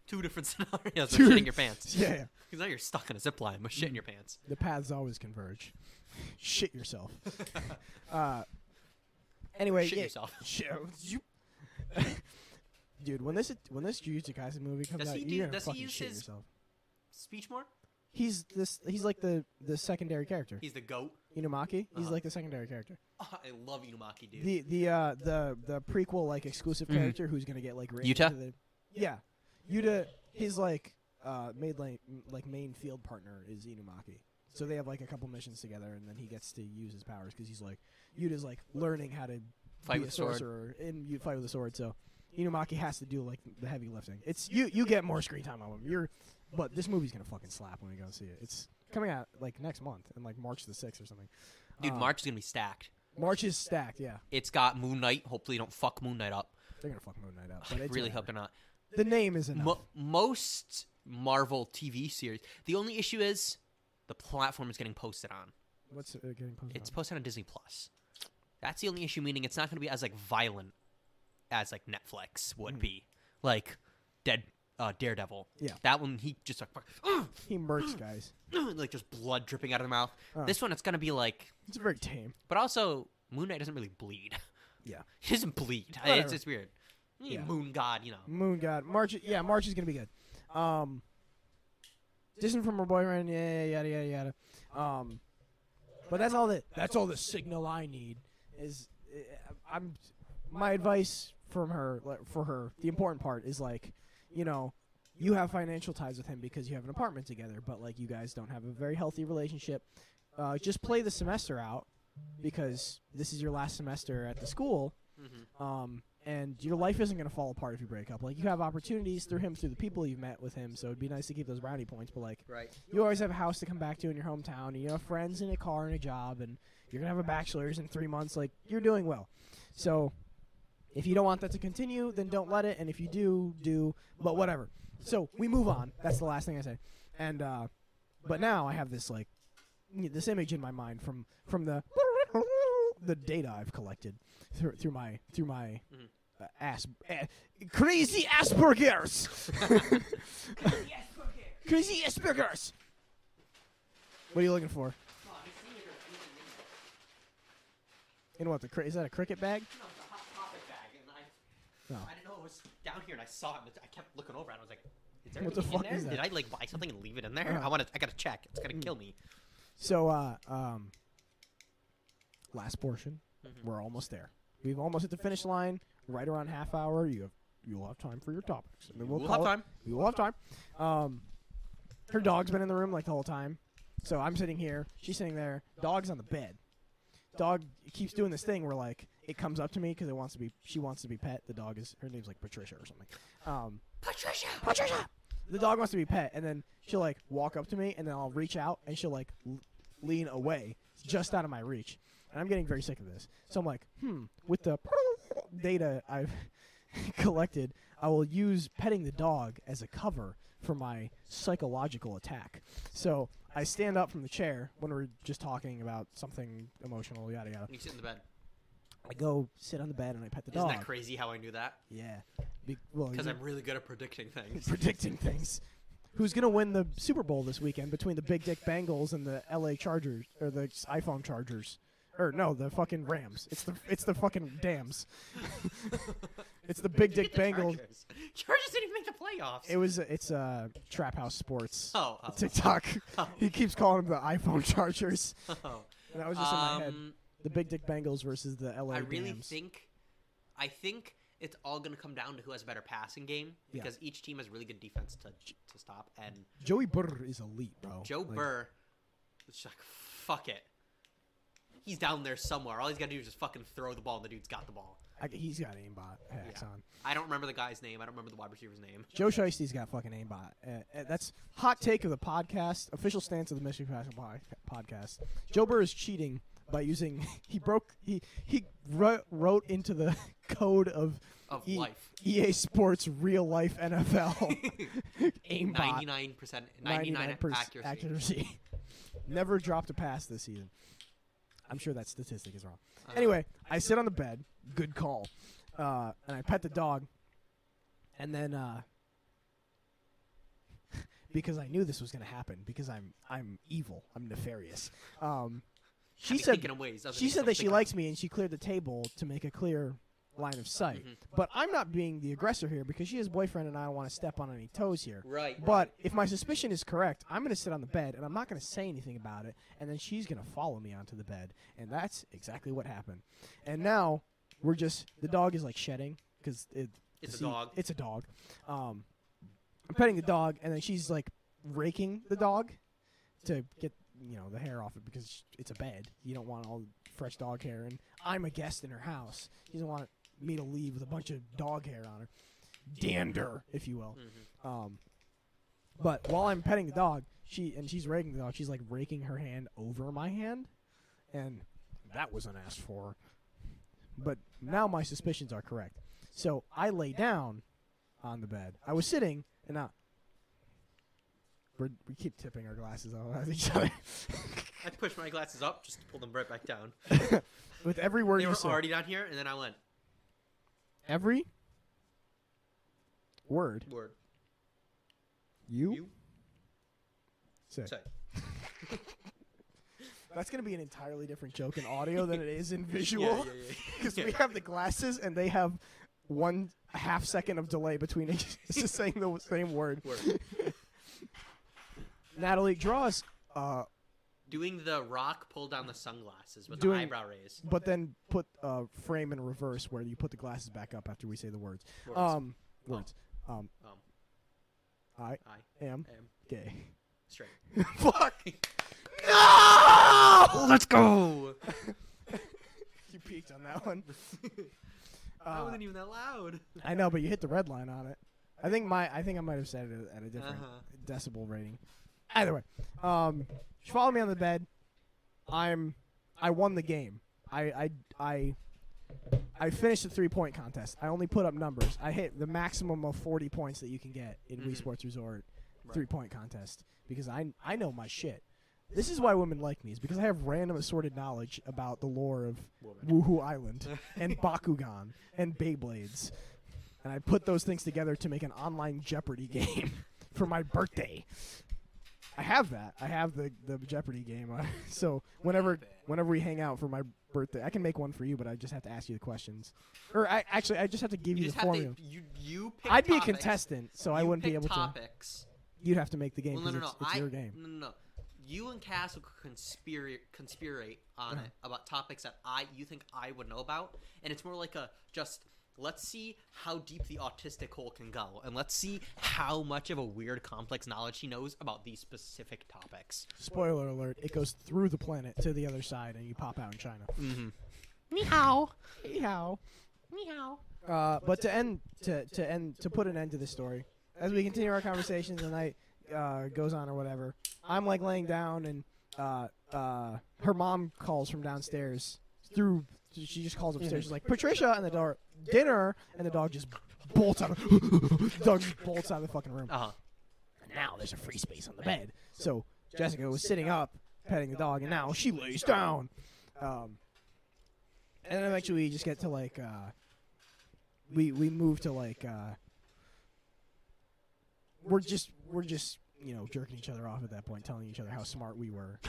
A: Two different scenarios of
B: Dude.
A: shitting your pants.
B: yeah, yeah.
A: Because now you're stuck in a zip line with shit in
B: Mm-hmm.
A: your pants.
B: The paths always converge. Shit yourself. uh, anyway,
A: shit
B: yeah,
A: yourself.
B: shit- you- Dude, when this when this Jujutsu Kaisen movie comes
A: Does
B: out,
A: he do-
B: you're gonna
A: does he
B: fucking
A: use
B: shit
A: his-
B: yourself.
A: Speech more?
B: He's this. He's like the the secondary character.
A: He's the goat.
B: Inumaki. He's
A: Uh-huh.
B: like the secondary character.
A: Ah, I love Inumaki, dude.
B: The the uh the the prequel like exclusive
A: Mhm.
B: character who's gonna get like raised
A: Yuta?
B: into The, yeah, Yuta. His like uh made like like main field partner is Inumaki. So they have like a couple missions together, and then he gets to use his powers because he's like Yuta's like learning how to
A: Fight
B: be
A: with the
B: a
A: sword.
B: sorcerer and you fight with a sword. So Inumaki has to do like the heavy lifting. It's you you get more screen time on him. You're but this movie's gonna fucking slap when we go see it. It's coming out like next month and like March the sixth or something.
A: Dude,
B: Uh,
A: March is gonna be stacked.
B: March is stacked. Yeah,
A: It's got Moon Knight. Hopefully, you don't fuck Moon Knight up.
B: they're gonna fuck Moon Knight up. But
A: I
B: it's
A: really
B: whatever.
A: hope not.
B: the name is enough.
A: Mo- most Marvel TV series. The only issue is the platform is getting posted on.
B: What's uh, getting posted?
A: It's
B: on?
A: posted on Disney Plus. That's the only issue. Meaning, it's not going to be as like violent as like Netflix would be. Like Dead uh, Daredevil.
B: Hmm. Yeah.
A: that one he just like fuck-
B: he murks guys.
A: like just blood dripping out of the mouth.
B: Oh.
A: This one, it's going to be like.
B: It's very tame.
A: But also, Moon Knight doesn't really bleed.
B: Yeah.
A: he doesn't bleed.
B: Whatever.
A: It's just weird. You
B: Yeah.
A: Moon God, you know.
B: Moon God. March. Yeah, March is gonna be good. Um, distant from her boyfriend. Yeah, yeah, yada, yada, yada. Um, but that's all that. That's all the signal I need is. uh, I'm. My advice from her like, for her. The important part is like, you know, you have financial ties with him because you have an apartment together, but like you guys don't have a very healthy relationship. Uh, just play the semester out because this is your last semester at the school um, and your life isn't going to fall apart if you break up. Like you have opportunities through him, through the people you've met with him. So it'd be nice to keep those brownie points. But like,
A: Right.
B: you always have a house to come back to in your hometown, and you have friends and a car and a job, and you're gonna have a bachelor's in three months. Like you're doing well. So if you don't want that to continue, then don't let it. And if you do, do. But whatever. So we move on. That's the last thing I say. And uh, but now I have this like this image in my mind from from the the data I've collected through through my through my
A: Mhm.
B: uh, asp- uh, crazy Asperger's. crazy Asperger's. What are you looking for? In what the cra- is that a cricket bag?
A: No, it's a hot topic bag, and I,
B: No.
A: I didn't know it was down here, and I saw it. And I kept looking over, and I was like, "Is there
B: What the
A: anything in
B: fuck is
A: there?
B: that?
A: Did I like buy something and leave it in there?
B: Uh-huh.
A: I want to. I gotta check. It's gonna kill me."
B: So uh, um, last portion.
A: Mm-hmm.
B: We're almost there. We've almost hit the finish line. Right around half hour. You have you'll have time for your topics. And then we'll
A: We'll
B: call
A: have time.
B: it- We will have time. Um, her dog's been in the room like the whole time. So I'm sitting here. She's sitting there. Dog's on the bed. Dog keeps doing this thing where like it comes up to me because it wants to be. She wants to be pet. The dog is her name's like Patricia or something. Um,
A: Patricia.
B: Patricia. The dog wants to be pet, and then she'll like walk up to me, and then I'll reach out, and she'll like l- lean away, just out of my reach. And I'm getting very sick of this. So I'm like, hmm, with the data I've collected, I will use petting the dog as a cover for my psychological attack. So I stand up from the chair when we're just talking about something emotional, yada yada.
A: You sit in the bed.
B: I go sit on the bed and I pet the
A: Isn't
B: dog. Mm-hmm.
A: that crazy how I knew that?
B: Yeah. Be- well,
A: Because
B: you-
A: I'm really good at predicting things.
B: predicting things. Who's gonna win the Super Bowl this weekend between the Big Dick Bengals and the L.A. Chargers or the iPhone Chargers? Or no, the fucking Rams. It's the it's the fucking Dams. it's the Big Dick
A: Look at the
B: Bengals.
A: Chargers. Chargers didn't even make the playoffs.
B: It was it's uh, Trap House Sports
A: oh, oh,
B: TikTok.
A: Oh.
B: He keeps calling them the iPhone Chargers.
A: oh.
B: And that was just in my head.
A: Um,
B: The Big Dick Bengals versus the L.A.
A: I really
B: Dams.
A: think, I think it's all going to come down to who has a better passing game
B: Yeah.
A: because each team has really good defense to to stop. And
B: Joey Burr is elite, bro.
A: Joe
B: Like,
A: Burr was just like, fuck it. He's down there somewhere. All he's got to do is just fucking throw the ball, and the dude's got the ball.
B: I, he's got aimbot hacks
A: Yeah.
B: on.
A: I don't remember the guy's name. I don't remember the wide receiver's name.
B: Joe Shiesty's got fucking aimbot. Uh, uh, that's hot take of the podcast. Official stance of the Michigan Basketball Pod- Podcast. Joe Burr is cheating by using. He broke. He he wrote, wrote into the code of
A: Of life.
B: EA Sports real life NFL aimbot.
A: 99%, 99
B: 99%
A: accuracy.
B: accuracy. Never dropped a pass this season. I'm sure that statistic is wrong.
A: Uh,
B: Anyway, I sit on the bed. Good call. Uh, and I pet the dog. And then, uh, because I knew this was going to happen, because I'm I'm evil, I'm nefarious. Um, she
A: I'd be
B: said
A: thinking of ways other
B: she
A: people
B: said
A: don't
B: that she
A: think of.
B: likes me and she cleared the table to make a clear line of sight.
A: Mm-hmm.
B: But I'm not being the aggressor here because she has a boyfriend and I don't want to step on any toes here.
A: Right.
B: But if my suspicion is correct, I'm going to sit on the bed and I'm not going to say anything about it. And then she's going to follow me onto the bed. And that's exactly what happened. And now we're just, the dog is like shedding because it,
A: It's a
B: see-
A: dog.
B: It's a dog. Um, I'm petting the dog and then she's like raking the dog to get you know the hair off it because sh- it's a bed. You don't want all fresh dog hair, and I'm a guest in her house. She doesn't want me to leave with a bunch of dog hair on her, dander, if you will.
A: Mm-hmm.
B: Um, but while I'm petting the dog, she and she's raking the dog. She's like raking her hand over my hand, and that was unasked for. But now my suspicions are correct. So I lay down on the bed. I was sitting and not. We're, we keep tipping our glasses all at each other.
A: I pushed my glasses up just to pull them right back down.
B: With every word
A: They
B: you
A: were
B: said,
A: already down here, and then I went
B: every word
A: word.
B: you,
A: You
B: said.
A: said.
B: That's gonna be an entirely different joke in audio than it is in
A: Yeah,
B: visual.
A: yeah, yeah, yeah.
B: Because we have the glasses and they have one half second of delay between each it's just saying the same word.
A: Word.
B: Natalie, draw us, uh,
A: Doing the rock pull down the sunglasses with
B: Doing-
A: the eyebrow raise.
B: but then put uh, frame in reverse where you put the glasses back up after we say the words.
A: Words.
B: Um, words. Um,
A: Um,
B: I
A: I
B: am
A: am
B: gay.
A: straight.
B: Fuck.
A: No! Let's go.
B: You peaked on that one.
A: that
B: Uh,
A: wasn't even that loud.
B: I know, but you hit the red line on it. I think my I think I might have said it at a different
A: Uh-huh.
B: decibel rating. Either way, um, she followed me on the bed. I'm I won the game. I I I I finished the three point contest. I only put up numbers. I hit the maximum of forty points that you can get in Wii Sports Resort three point contest because I I know my shit. This is why women like me is because I have random assorted knowledge about the lore of Woohoo Island and Bakugan and Beyblades, and I put those things together to make an online Jeopardy game for my birthday. I have that. I have the the Jeopardy game. Uh, so whenever whenever we hang out for my birthday, I can make one for you, but I just have to ask you the questions. Or I actually I just have to give you,
A: You just
B: the
A: have to.
B: formula.
A: You you. Pick
B: I'd be a
A: topics.
B: contestant, so I
A: You
B: wouldn't be
A: pick
B: able to.
A: topics.
B: You'd have to make the game
A: Well, no,
B: because
A: no, no.
B: it's, it's
A: I,
B: your game.
A: No, no, no. You and Cass will conspirate, conspirate
B: Uh-huh.
A: on it about topics that I you think I would know about, and it's more like a just let's see how deep the autistic hole can go, and let's see how much of a weird, complex knowledge he knows about these specific topics.
B: Spoiler alert, it goes through the planet to the other side and you pop out in China.
A: Meow,
B: Anyhow.
A: meow.
B: Uh, but to end to, to end to put an end to this story, as we continue our conversations and night uh, goes on or whatever, I'm like laying down and uh, uh, her mom calls from downstairs through she just calls upstairs, she's like, Patricia and the dog dinner and the dog just bolts out of the dog just bolts out of the fucking room.
A: Uh huh.
B: And now there's a free space on the bed. So Jessica was sitting up, petting the dog, and now she lays down. Um, and then eventually we just get to like, uh, we we move to like, uh, we're just we're just you know jerking each other off at that point, telling each other how smart we were.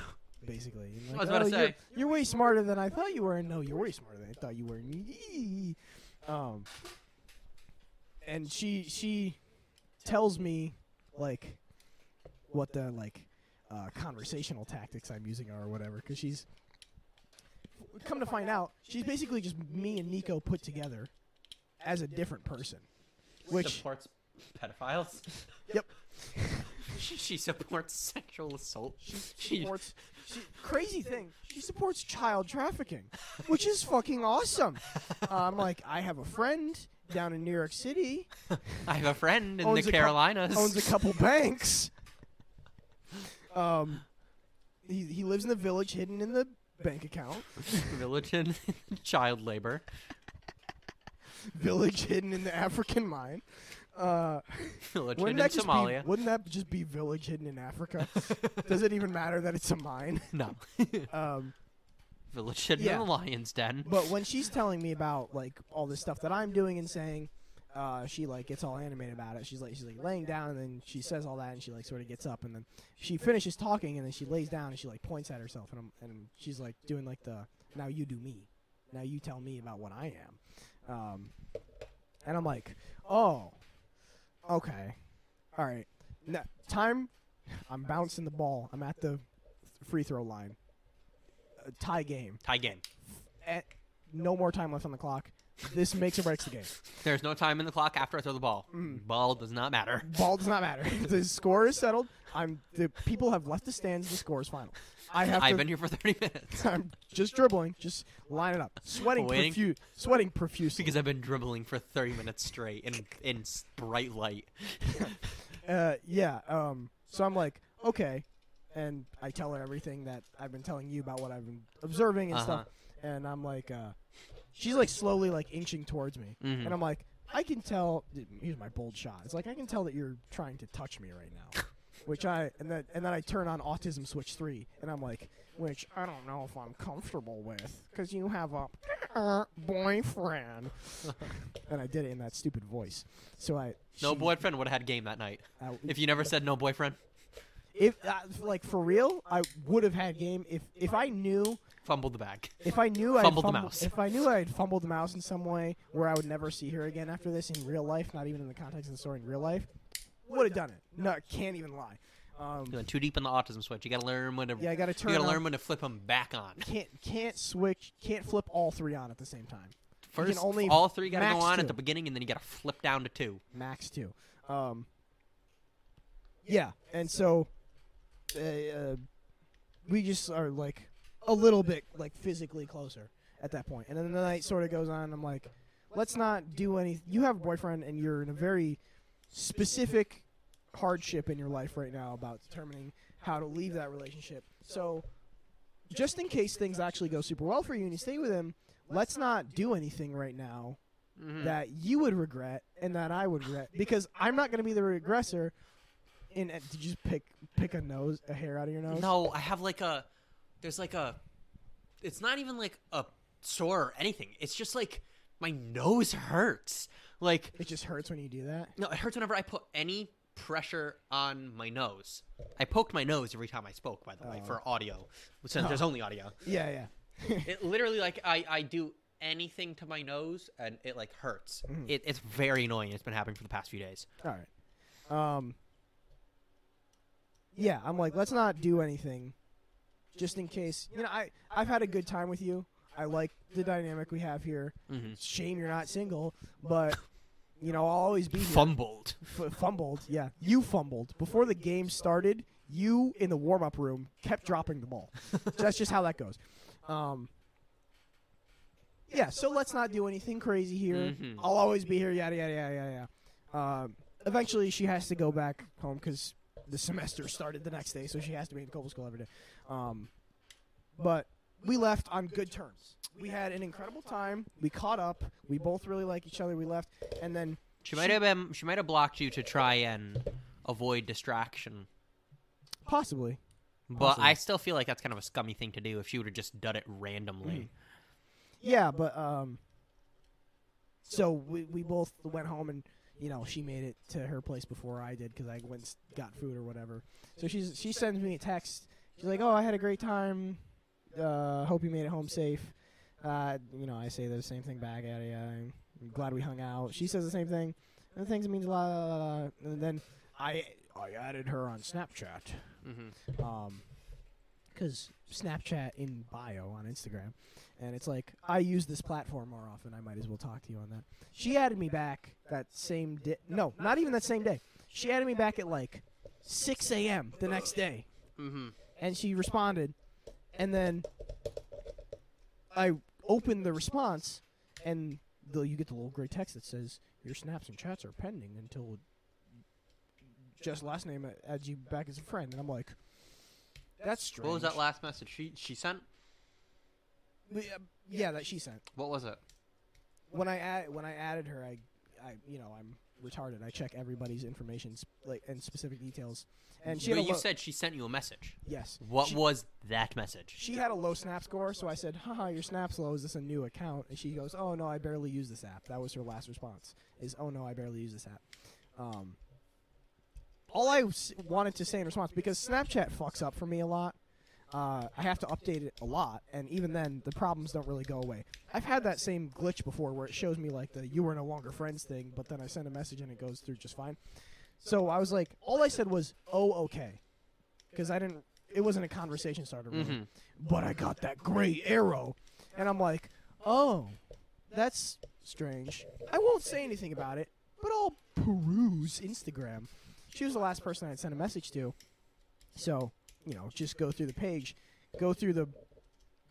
B: Basically, And like, "Oh,
A: was about to
B: you're-
A: say.
B: you're, way smarter than I thought you were, and no, you're way smarter than I thought you were. Yee. Um, and she she tells me like what the like uh, conversational tactics I'm using are or whatever. Because she's come to find out, she's basically just me and Nico put together as a different person. Which
A: supports pedophiles.
B: yep,
A: she, she supports sexual assault. She,
B: supports she, crazy thing. She supports child trafficking, which is fucking awesome. Uh, I'm like, I have a friend down in New York City
A: I have a friend in
B: Owns
A: the
B: a cou-
A: Carolinas.
B: owns a couple banks. Um, he he lives in the village, hidden in the bank account.
A: village in child labor.
B: Village hidden in the African mine. Uh,
A: Village in
B: wouldn't that just be-
A: Somalia.
B: wouldn't that just be village hidden in Africa? Does it even matter that it's a mine?
A: No.
B: Um,
A: Village Shed yeah.
B: Yeah.
A: in the Lion's Den.
B: But when she's telling me about like all this stuff that I'm doing and saying, uh, she like gets all animated about it. She's like she's like laying down and then she says all that and she like sort of gets up and then she finishes talking and then she lays down and she like points at herself and i and she's like doing like the now you do me, now you tell me about what I am, um, and I'm like, oh, okay, all right, now, time. I'm bouncing the ball. I'm at the free throw line. Uh, tie game
A: Tie game.
B: at Eh, no more time left on the clock. This makes or breaks the game.
A: There's no time in the clock after I throw the ball.
B: Mm.
A: Ball does not matter.
B: Ball does not matter. The score is settled. I'm the people have left the stands. The score is final. I have
A: I've
B: to.
A: been here for 30 minutes
B: I'm just dribbling. Just line it up. Sweating
A: Waiting.
B: profuse. Sweating profusely.
A: because I've been dribbling for 30 minutes straight in in s- bright light.
B: uh, yeah. Um. So I'm like, okay, and I tell her everything that I've been telling you about what I've been observing and stuff.
A: Uh-huh.
B: And I'm like, uh, she's like slowly like inching towards me,
A: Mm-hmm.
B: and I'm like, I can tell. Here's my bold shot. It's like I can tell that you're trying to touch me right now. Which I and then and then I turn on Autism Switch Three, and I'm like, which I don't know if I'm comfortable with, because you have a boyfriend, and I did it in that stupid voice. So I
A: No
B: she- Uh,
A: boyfriend would have had game that night.
B: I-
A: If you never said no boyfriend,
B: if uh, like for real, I would have had game if if I knew
A: fumbled the bag.
B: if I knew I
A: Fumbled the mouse.
B: If I knew I had fumbled the mouse in some way where I would never see her again after this in real life, not even in the context of the story in real life, would have done it. No, I can't even lie.
A: You
B: Um,
A: went too deep in the autism switch. You got to learn when to.
B: yeah, I got to turn.
A: you got to
B: on-
A: learn when to flip them back on.
B: Can't can't switch. Can't flip all three on at the same time.
A: First,
B: only
A: all three got to go
B: max
A: on
B: two.
A: at the beginning, and then you got to flip down to two.
B: Max two. Um, yeah, and so uh, uh, we just are like a little bit like physically closer at that point. And then the night sort of goes on. I'm like, let's not do any. You have a boyfriend, and you're in a very specific hardship in your life right now about determining how to leave that relationship. So, just in case things actually go super well for you and you stay with him, let's not do anything right now that you would regret and that I would regret because I'm not going to be the regressor. And uh, did you just pick pick a nose, a hair out of your nose?
A: No, I have like a. There's like a. It's not even like a sore or anything. It's just like my nose hurts. Like
B: It just hurts when you do that.
A: no, it hurts whenever I put any pressure on my nose. I poked my nose every time I spoke. By the
B: Oh.
A: way, for audio, since there's only audio,
B: Yeah, yeah.
A: it literally like I I do anything to my nose and it like hurts. It, it's very annoying. It's been happening for the past few days.
B: All right. Um. Yeah, I'm like, let's not do anything, just in case. You know, I I've had a good time with you. I like the dynamic we have here. Shame you're not single, but you know, I'll always be here.
A: Fumbled.
B: F- fumbled. Yeah, you fumbled before the game started. You in the warm up room kept dropping the ball. That's just how that goes. Um, yeah, so let's not do anything crazy here. I'll always be here. Yada yada yada yada. yada. Um, eventually, she has to go back home because the semester started the next day, so she has to be in Cobble School every day. Um, but we left on good terms. We had an incredible time. We caught up. We both really like each other. We left, and then
A: She might have been. She might have blocked you to try and avoid distraction.
B: possibly.
A: But I still feel like that's kind of a scummy thing to do if she would have just done it randomly.
B: Yeah, but um, so we we both went home and you know she made it to her place before I did because I went and s- got food or whatever. So she's she sends me a text. She's like, "Oh, I had a great time. Uh, hope you made it home safe." Uh, you know, I say the same thing back at you. I'm glad we hung out. She says the same thing. And things means la la la. la. And then I I added her on Snapchat.
A: Mm. Mm-hmm.
B: Um, because Snapchat in bio on Instagram, and it's like I use this platform more often. I might as well talk to you on that. She added me back that same day. No, not even that same day. She added me back at like 6 a.m. the next day,
A: Mhm.
B: and she responded, and then I opened the response, and the, you get the little gray text that says your snaps and chats are pending until just last name adds you back as a friend, and I'm like. That's strange.
A: What was that last message she she sent?
B: We, uh, yeah, that she sent.
A: What was it?
B: When I add, when I added her, I, I you know I'm retarded. I check everybody's information sp- like and specific details. And she
A: But
B: had a
A: you
B: low-
A: said she sent you a message.
B: yes.
A: What
B: She-
A: was that message?
B: she had a low snap score, so I said, haha, your snap's low. Is this a new account? And she goes, oh, no, I barely use this app. That was her last response is, oh, no, I barely use this app. Um, all I s- wanted to say in response, because Snapchat fucks up for me a lot. Uh, I have to update it a lot, and even then, the problems don't really go away. I've had that same glitch before where it shows me like the "you are no longer friends" thing, but then I send a message and it goes through just fine. So I was like, all I said was, "Oh, okay," because I didn't. It wasn't a conversation starter. Really
A: Mhm.
B: but I got that gray arrow. And I'm like, oh, that's strange. I won't say anything about it, but I'll peruse Instagram. She was the last person I'd sent a message to. So, you know, just go through the page, go through the,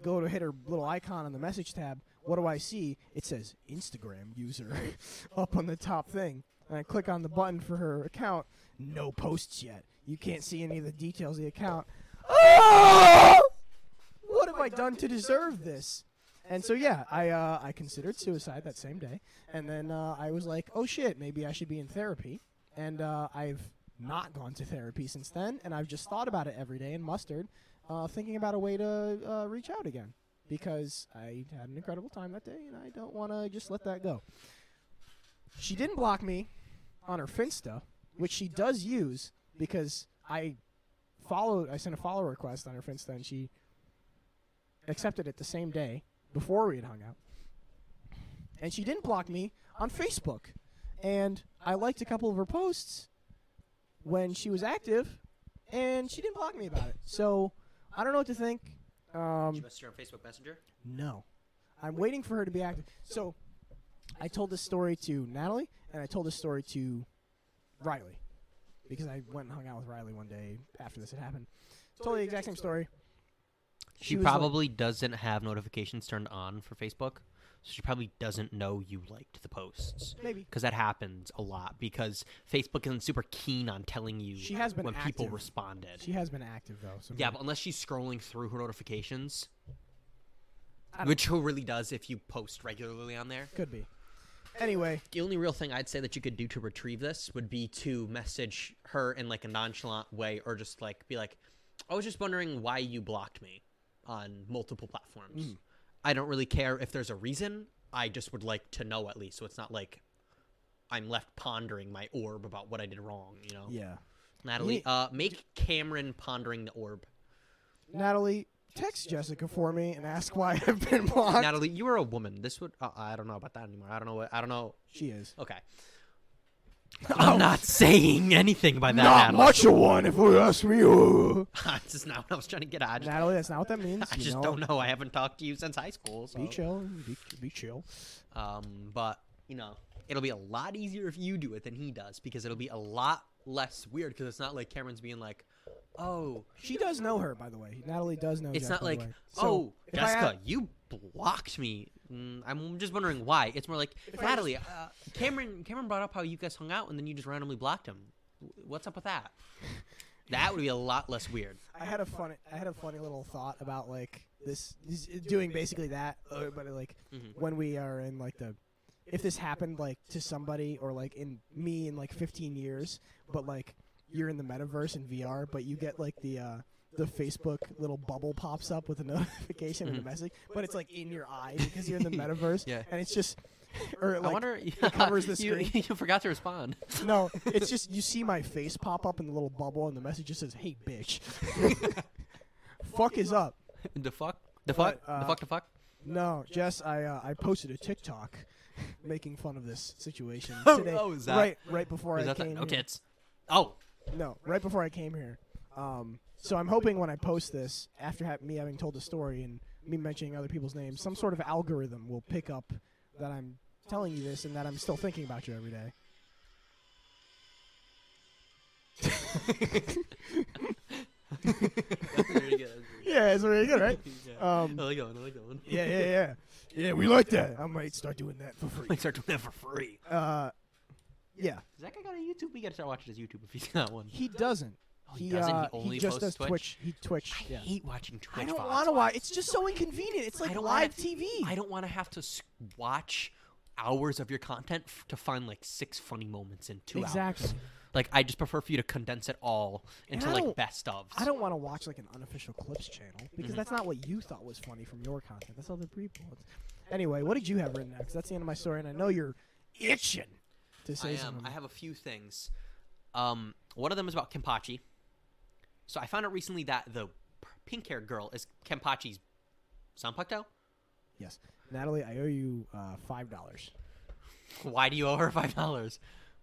B: go to hit her little icon on the message tab. What do I see? It says Instagram user up on the top thing. And I click on the button for her account. No posts yet. You can't see any of the details of the account. Oh! what have I done to deserve this? And so yeah, I uh, I considered suicide that same day, and then uh, I was like, oh shit, maybe I should be in therapy, and uh, I've not gone to therapy since then, and I've just thought about it every day and mustered, uh, thinking about a way to uh, reach out again because I had an incredible time that day, and I don't want to just let that go. She didn't block me on her Finsta, which she does use because I followed. I sent a follow request on her Finsta, and she accepted it the same day before we had hung out. And she didn't block me on Facebook. And I liked a couple of her posts when she was active, and she didn't block me about it. So I don't know what to think. Um,
A: messaged her on Facebook Messenger.
B: no. I'm waiting for her to be active. So I told this story to Natalie and I told this story to Riley because I went and hung out with Riley one day after this had happened. Told the exact same story.
A: She,
B: was like-
A: probably doesn't have notifications turned on for Facebook, so she probably doesn't know you liked the posts.
B: Maybe.
A: Because that happens a lot because Facebook isn't super keen on telling you
B: She has been
A: when people
B: active.
A: responded.
B: She has been active though. So
A: yeah,
B: maybe-
A: but unless she's scrolling through her notifications,
B: don't-
A: which who really does if you post regularly on there.
B: could be. Anyway,
A: The only real thing I'd say that you could do to retrieve this would be to message her in like a nonchalant way or just like be like, I was just wondering why you blocked me on multiple platforms. I don't really care if there's a reason. I just would like to know at least. So it's not like I'm left pondering my orb about what I did wrong, you know?
B: yeah.
A: Natalie,
B: Ye-
A: uh, make Cameron pondering the orb.
B: Natalie, text Jessica for me and ask why I've been blocked.
A: Natalie, you are a woman. This would, uh, I don't know about that anymore. I don't know what, I don't know.
B: she is.
A: Okay. I'm not saying anything by that. Natalie.
B: of one if you ask me.
A: That's just not what I was trying to get at. I just,
B: Natalie, that's not what that means.
A: I
B: you
A: just don't know. I haven't talked to you since high school. So.
B: Be chill. Be, be chill.
A: Um, but you know, it'll be a lot easier if you do it than he does because it'll be a lot less weird because it's not like Cameron's being like, "Oh,
B: She does know her, by the way. Natalie does know.
A: it's
B: Jess,
A: not
B: by
A: like,
B: the way. So,
A: oh,
B: if I
A: Jessica,
B: had-
A: you blocked me." Mm, I'm just wondering why. It's more like Natalie, uh, Cameron. Cameron brought up how you guys hung out and then you just randomly blocked him. W- What's up with that? That would be a lot less weird.
B: I had a funny, I had a funny little thought about like this, this doing basically that, uh, but like
A: Mhm.
B: when we are in like the, if this happened like to somebody or like in me in like 15 years, but like you're in the metaverse in VR, but you get like the. uh the Facebook little bubble pops up with a notification and a message, but it's like in your eye because you're in the metaverse,
A: Mm-hmm. Yeah.
B: and it's just, or it,
A: I
B: like,
A: wonder.
B: covers the
A: you,
B: screen.
A: you forgot to respond.
B: No, it's just you see my face pop up in the little bubble, and the message just says, "Hey, bitch, fuck is up."
A: The fuck? The fuck?
B: uh,
A: the fuck? The fuck?
B: No, Jess, I uh, I posted a TikTok making fun of this situation today.
A: Oh, is that-
B: right right before
A: Is
B: I
A: that the-
B: came?
A: no
B: here.
A: tits. Oh,
B: No, right before I came here. Um, so I'm hoping when I post this, after ha- me having told the story and me mentioning other people's names, some sort of algorithm will pick up that I'm telling you this and that I'm still thinking about you every day. Yeah, it's really good, right? Um,
A: I like that one. I like that one.
B: yeah, yeah, yeah, yeah. We like that. I might start doing that for free.
A: Might start doing that for free.
B: Uh, yeah.
A: Zach, I got a YouTube. We gotta start watching his YouTube if he's got one.
B: He doesn't.
A: Oh, he doesn't? He only
B: just
A: posts
B: does
A: Twitch?
B: He Twitch.
A: I
B: yeah.
A: hate watching Twitch.
B: I don't
A: VODs.
B: want to watch. It's just so inconvenient. It's
A: I
B: like
A: don't
B: live
A: wanna-
B: TV.
A: I don't want to have to s- watch hours of your content f- to find like six funny moments in two
B: exactly.
A: hours. Like I just prefer for you to condense it all
B: And
A: into
B: I
A: like
B: don't-
A: best of.
B: I don't want to watch like an unofficial clips channel
A: Mm-hmm.
B: because that's not what you thought was funny from your content. That's other people. It's- Anyway, what did you have written next? That's the end of my story, and I know you're itching to say
A: I am.
B: something.
A: I have a few things. Um, one of them is about Kempachi. So I found out recently that the pink haired girl is Kempachi's Sanpakuto.
B: yes, Natalie, I owe you uh, five dollars
A: Why do you owe her five dollars?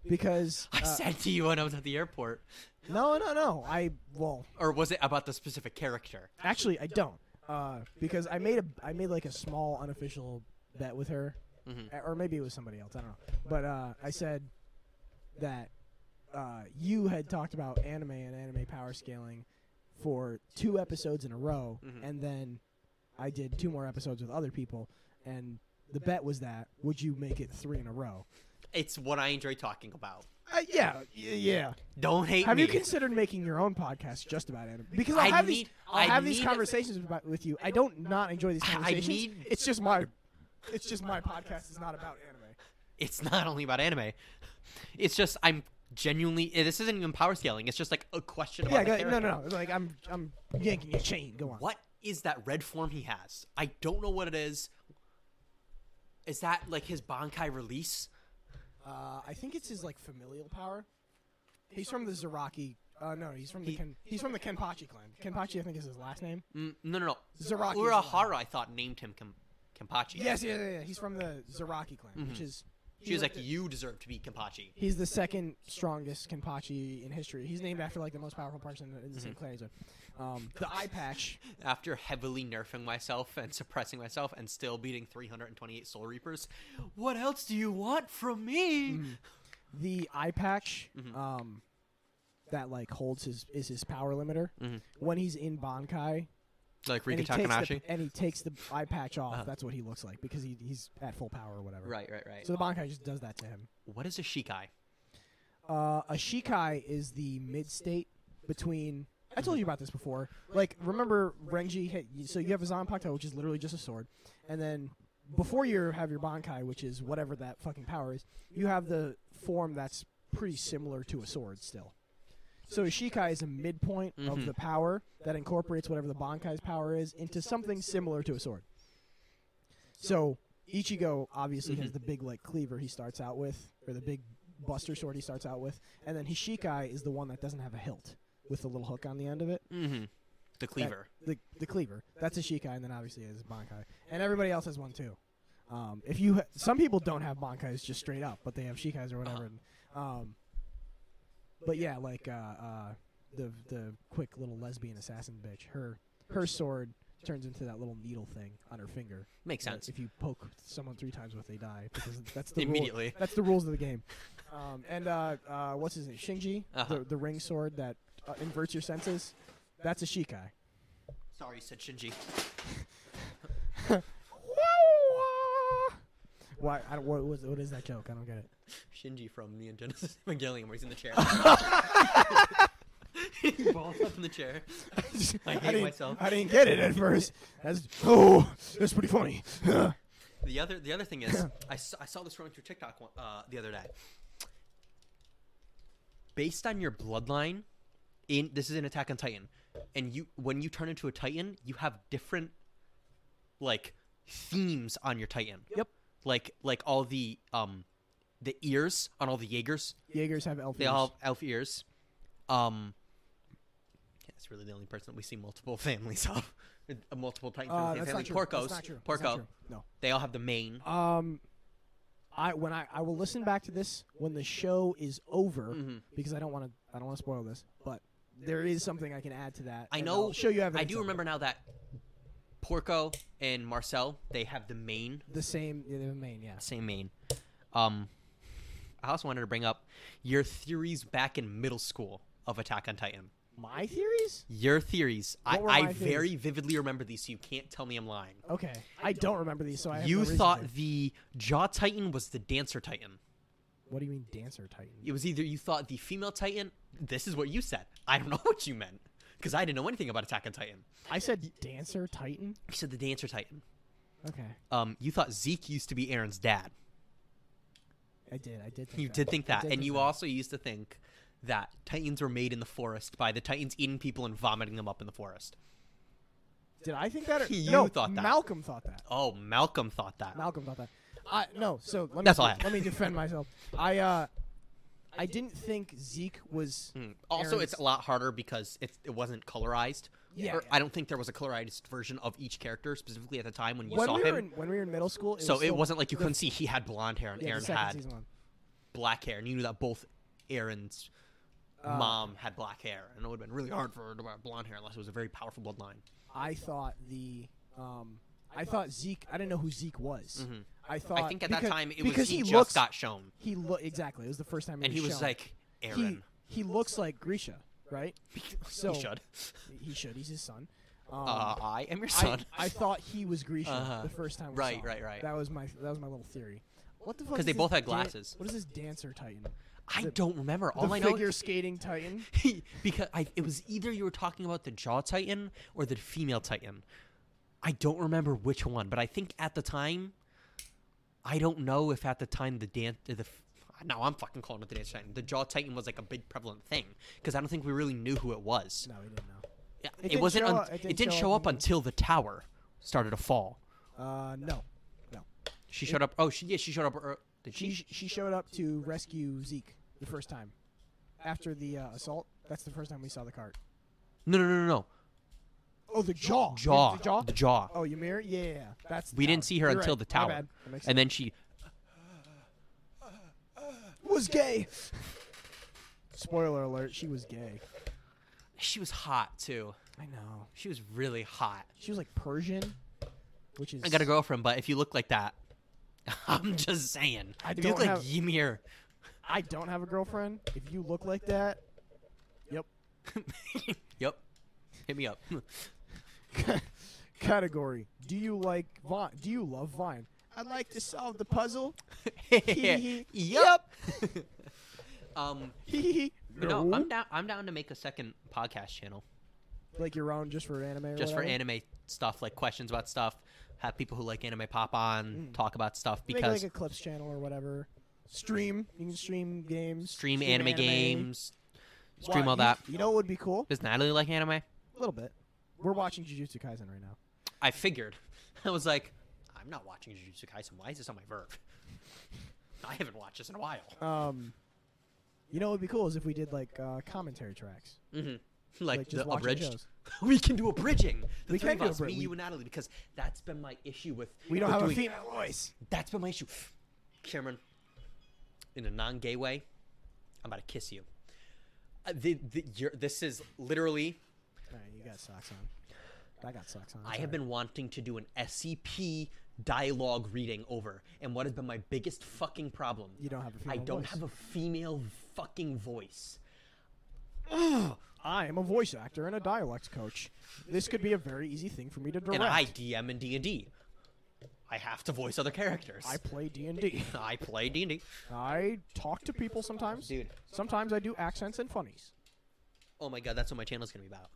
B: because
A: I
B: uh,
A: said to you when I was at the airport,
B: no, no, no. I well,
A: or was it about the specific character?
B: actually, I don't uh, because I made a I made like a small unofficial bet with her, Uh, or maybe it was somebody else. I don't know. But uh, I said that uh, you had talked about anime and anime power scaling for two episodes in a row, and then I did two more episodes with other people, and the bet was that would you make it three in a row?
A: It's what I enjoy talking about.
B: Uh, yeah, y- yeah.
A: Don't hate
B: Have
A: me.
B: you considered making your own podcast just about anime? Because I'll
A: I
B: have
A: need-
B: these, I'll
A: I
B: have these
A: need-
B: conversations about, with you. I don't not enjoy these
A: I- I
B: conversations.
A: need-
B: it's just my, it's just my podcast is not about anime.
A: it's not only about anime. It's just I'm genuinely. eh, This isn't even power scaling. It's just like a question about.
B: Yeah,
A: the
B: go- no,
A: character.
B: no, no. Like I'm, I'm yanking your chain. Go on.
A: What is that red form he has? I don't know what it is. Is that like his Bankai release?
B: Uh, I think it's his like familial power. He's from the Zeraki. Uh, no, he's from the
A: He-
B: Ken, he's from the Kenpachi clan. Kenpachi, I think, is his last name.
A: Mm, no, no, no.
B: Zeraki's
A: Urahara, I thought named him Kem- Kempachi.
B: Yes, yeah, yeah, yeah. He's from the Zeraki clan, which is.
A: Mm-hmm. She was like, "You deserve to be Kempachi."
B: He's the second strongest Kenpachi in history. He's named after like the most powerful person in
A: Mm-hmm.
B: the same clan. he's with. Um, the eye patch.
A: After heavily nerfing myself and suppressing myself and still beating 328 Soul Reapers, what else do you want from me?
B: Mm. the eye patch
A: Mm-hmm.
B: um, that like holds his is his power limiter
A: Mm-hmm.
B: when he's in Bankai.
A: Like
B: And he,
A: Rika
B: takes the,
A: Takanashi.
B: and he takes the eye patch off.
A: Uh-huh.
B: That's what he looks like because he, he's at full power or whatever.
A: Right, right, right.
B: So the Bankai just does that to him.
A: what is a Shikai?
B: Uh, a Shikai is the mid state between. I told you about this before. Like, remember Renji? Hit, so you have a Zanpakuto, which is literally just a sword, and then before you have your Bankai, which is whatever that fucking power is, you have the form that's pretty similar to a sword still. So a Shikai is a midpoint of the power that incorporates whatever the Bankai's power is into something similar to a sword. So Ichigo Mm-hmm. obviously has the big like cleaver he starts out with, or the big buster sword he starts out with, and then Hishikai is the one that doesn't have a hilt with the little hook on the end of it.
A: Mm-hmm. The
B: That-
A: Cleaver.
B: the the cleaver. That's a Shikai, and then obviously is Bankai, and everybody else has one too. Um, if you ha- some people don't have Bankais just straight up, but they have Shikais or whatever. and, um, but yeah, like uh, uh, the the quick little lesbian assassin bitch. Her her sword turns into that little needle thing on her finger.
A: Makes
B: that
A: sense.
B: If you poke someone three times with, they die because that's the Rule.
A: Immediately.
B: That's the rules of the game. Um, and uh, uh, what's his name? Shinji,
A: Uh-huh.
B: the, the ring sword that uh, inverts your senses. That's a Shikai.
A: Sorry, said Shinji.
B: Why? I don't, what, what, what is that joke? I don't get it.
A: Shinji from the Genesis Evangelion, where he's in the chair. he balls up in the chair. I hate
B: didn't,
A: myself.
B: I didn't get it at first. That's oh, that's pretty funny.
A: The other, the other thing is, I saw, I saw this running through TikTok one, uh, the other day. Based on your bloodline, in this is an Attack on Titan, and you when you turn into a Titan, you have different like themes on your Titan.
B: Yep.
A: Like like all the um the ears on all the Jaegers,
B: Jaegers have elf
A: They
B: ears.
A: all have elf ears. Um, yeah, that's really the only person that we see multiple families of. Uh, Multiple Titans
B: Uh,
A: in the
B: that's,
A: same family.
B: not true.
A: Porcos.
B: that's not true. That's
A: Porco.
B: not true.
A: They all have the mane.
B: No. Um, I when I I will listen back to this when the show is over
A: Mm-hmm.
B: because I don't want to I don't want to spoil this, but there is something I can add to that.
A: I
B: and
A: know.
B: I'll show you
A: I
B: evidence.
A: do
B: of it.
A: remember now that Porco and Marcel they have the mane,
B: the same yeah, the main yeah.
A: same mane. Um, I also wanted to bring up your theories back in middle school of Attack on Titan.
B: My theories.
A: Your theories. I,
B: What were
A: I
B: my theories?
A: very vividly remember these, so you can't tell me I'm lying.
B: Okay, I don't remember these, so I have no
A: You
B: reason
A: thought
B: to.
A: the Jaw Titan was the Dancer Titan.
B: What do you mean, dancer titan?
A: It was either you thought the female Titan. This is what you said. I don't know what you meant because I didn't know anything about Attack on Titan.
B: I said dancer titan.
A: You said the Dancer Titan.
B: Okay.
A: Um, you thought Zeke used to be Aaron's dad.
B: I did. I did. Think
A: You
B: that.
A: did think
B: I
A: that,
B: did
A: and
B: think
A: you
B: that.
A: also used to think that Titans were made in the forest by the Titans eating people and vomiting them up in the forest.
B: Did I think that? Or,
A: You
B: no,
A: thought that.
B: Malcolm thought that.
A: Oh, Malcolm thought that.
B: Malcolm thought that. I, no, so let me
A: That's all I had.
B: let me defend myself. I uh, I didn't think Zeke was.
A: Mm. Also, it's
B: Aaron's-
A: a lot harder because it's, it wasn't colorized.
B: Yeah.
A: Or I don't think there was a colorized version of each character specifically at the time when you
B: When
A: saw
B: we
A: him.
B: were in when we were in middle school, it
A: so
B: was
A: it
B: still
A: wasn't like you
B: the-
A: couldn't see he had blonde hair and
B: yeah, the
A: Aaron
B: second
A: had
B: season one.
A: black hair, and you knew that both Aaron's
B: Uh,
A: mom had black hair, and it would have been really hard for her to wear blonde hair unless it was a very powerful bloodline.
B: I thought the um, I thought Zeke. I didn't know who Zeke was.
A: Mhm.
B: I thought
A: I think at that
B: because-
A: time it was
B: because
A: he,
B: he
A: just
B: looks,
A: got shown,
B: he looked exactly. It was the first time,
A: and he was
B: shown.
A: like Aaron.
B: he he looks like Grisha, right? So
A: he should.
B: He should. He's his son. Um,
A: uh, I am your
B: I,
A: son.
B: I thought he was Grisha
A: Uh-huh.
B: the first time. We
A: Right,
B: saw him.
A: right, right.
B: That was my that was my little theory. What the fuck?
A: 'Cause
B: is
A: they
B: this
A: both had
B: dan-
A: glasses.
B: what is this dancer titan?
A: I
B: the-
A: don't remember. All
B: the
A: I know
B: figure skating titan.
A: because I, it was either you were talking about the jaw titan or the female titan. I don't remember which one, but I think at the time, I don't know if at the time the dance the. f- No, I'm fucking calling it the dance titan. The jaw titan was like a big prevalent thing because I don't think we really knew who it was.
B: No, we didn't know.
A: Yeah,
B: It
A: It,
B: didn't
A: wasn't.
B: show
A: un-
B: up-
A: it didn't, show up
B: in-
A: until the tower started to fall.
B: Uh, no, no.
A: She showed up. Oh, she yeah, she showed up. ear- did she?
B: She she showed up to rescue Zeke the first time after the uh, assault. That's the first time we saw the cart.
A: No, no, no, no, no.
B: Oh, the jaw.
A: Jaw.
B: The jaw.
A: The jaw.
B: Oh, you mirror? Yeah, yeah, yeah. That's. the
A: We didn't
B: tower.
A: see her
B: You're
A: until
B: right.
A: the
B: My
A: tower,
B: bad. That makes
A: and then she.
B: was gay. Spoiler alert, she was gay.
A: She was hot too.
B: I know.
A: She was really hot.
B: She was like Persian, which is
A: I got a girlfriend, but if you look like that, I'm just saying.
B: I
A: if you
B: don't
A: look like
B: have-
A: Ymir,
B: I don't have a girlfriend. If you look like that, yep.
A: yep, hit me up.
B: Category: Do you like Vine? Do you love Vine? I'd like to solve the puzzle.
A: yep. um, but no,
B: No.
A: I'm down. I'm down to make a second podcast channel
B: like your own, just for anime. Or
A: just for
B: whatever?
A: anime stuff, like questions about stuff. Have people who like anime pop on, talk about stuff
B: Hmm. Make
A: because
B: like a clips channel or whatever. Stream. You can stream games.
A: stream, anime, games, stream
B: Why-
A: all that.
B: You, you know what would be cool?
A: Does Natalie like anime?
B: A little bit. We're watching Jujutsu Kaisen right now.
A: I figured. I was like, I'm not watching Jujutsu Kaisen. Why is this on my Verve? I haven't watched this in a while.
B: Um, you know what would be cool is if we did like uh, commentary tracks,
A: Mm-hmm. Like,
B: like
A: the
B: just watching
A: abridged.
B: shows.
A: We can do abridging. The
B: We
A: three
B: can
A: of
B: do
A: us,
B: abri-
A: me,
B: we-
A: you, and Natalie, because that's been my issue with.
B: We don't
A: with
B: have a
A: doing-
B: female voice.
A: That's been my issue, Cameron. In a non-gay way, I'm about to kiss you. Uh, the, the, you're, this is literally.
B: All right, you got socks on. I got socks on.
A: I have been wanting to do an SCP dialogue reading over, and what has been my biggest fucking problem?
B: You don't have a
A: I
B: female
A: don't
B: voice.
A: have a female fucking voice.
B: I am a voice actor and a dialect coach. This could be a very easy thing for me to direct.
A: and I DM in D and D. I have to voice other characters.
B: I play D and D.
A: I play D and D.
B: I talk to people sometimes.
A: Dude.
B: Sometimes I do accents and funnies.
A: Oh my god, that's what my channel's gonna be about.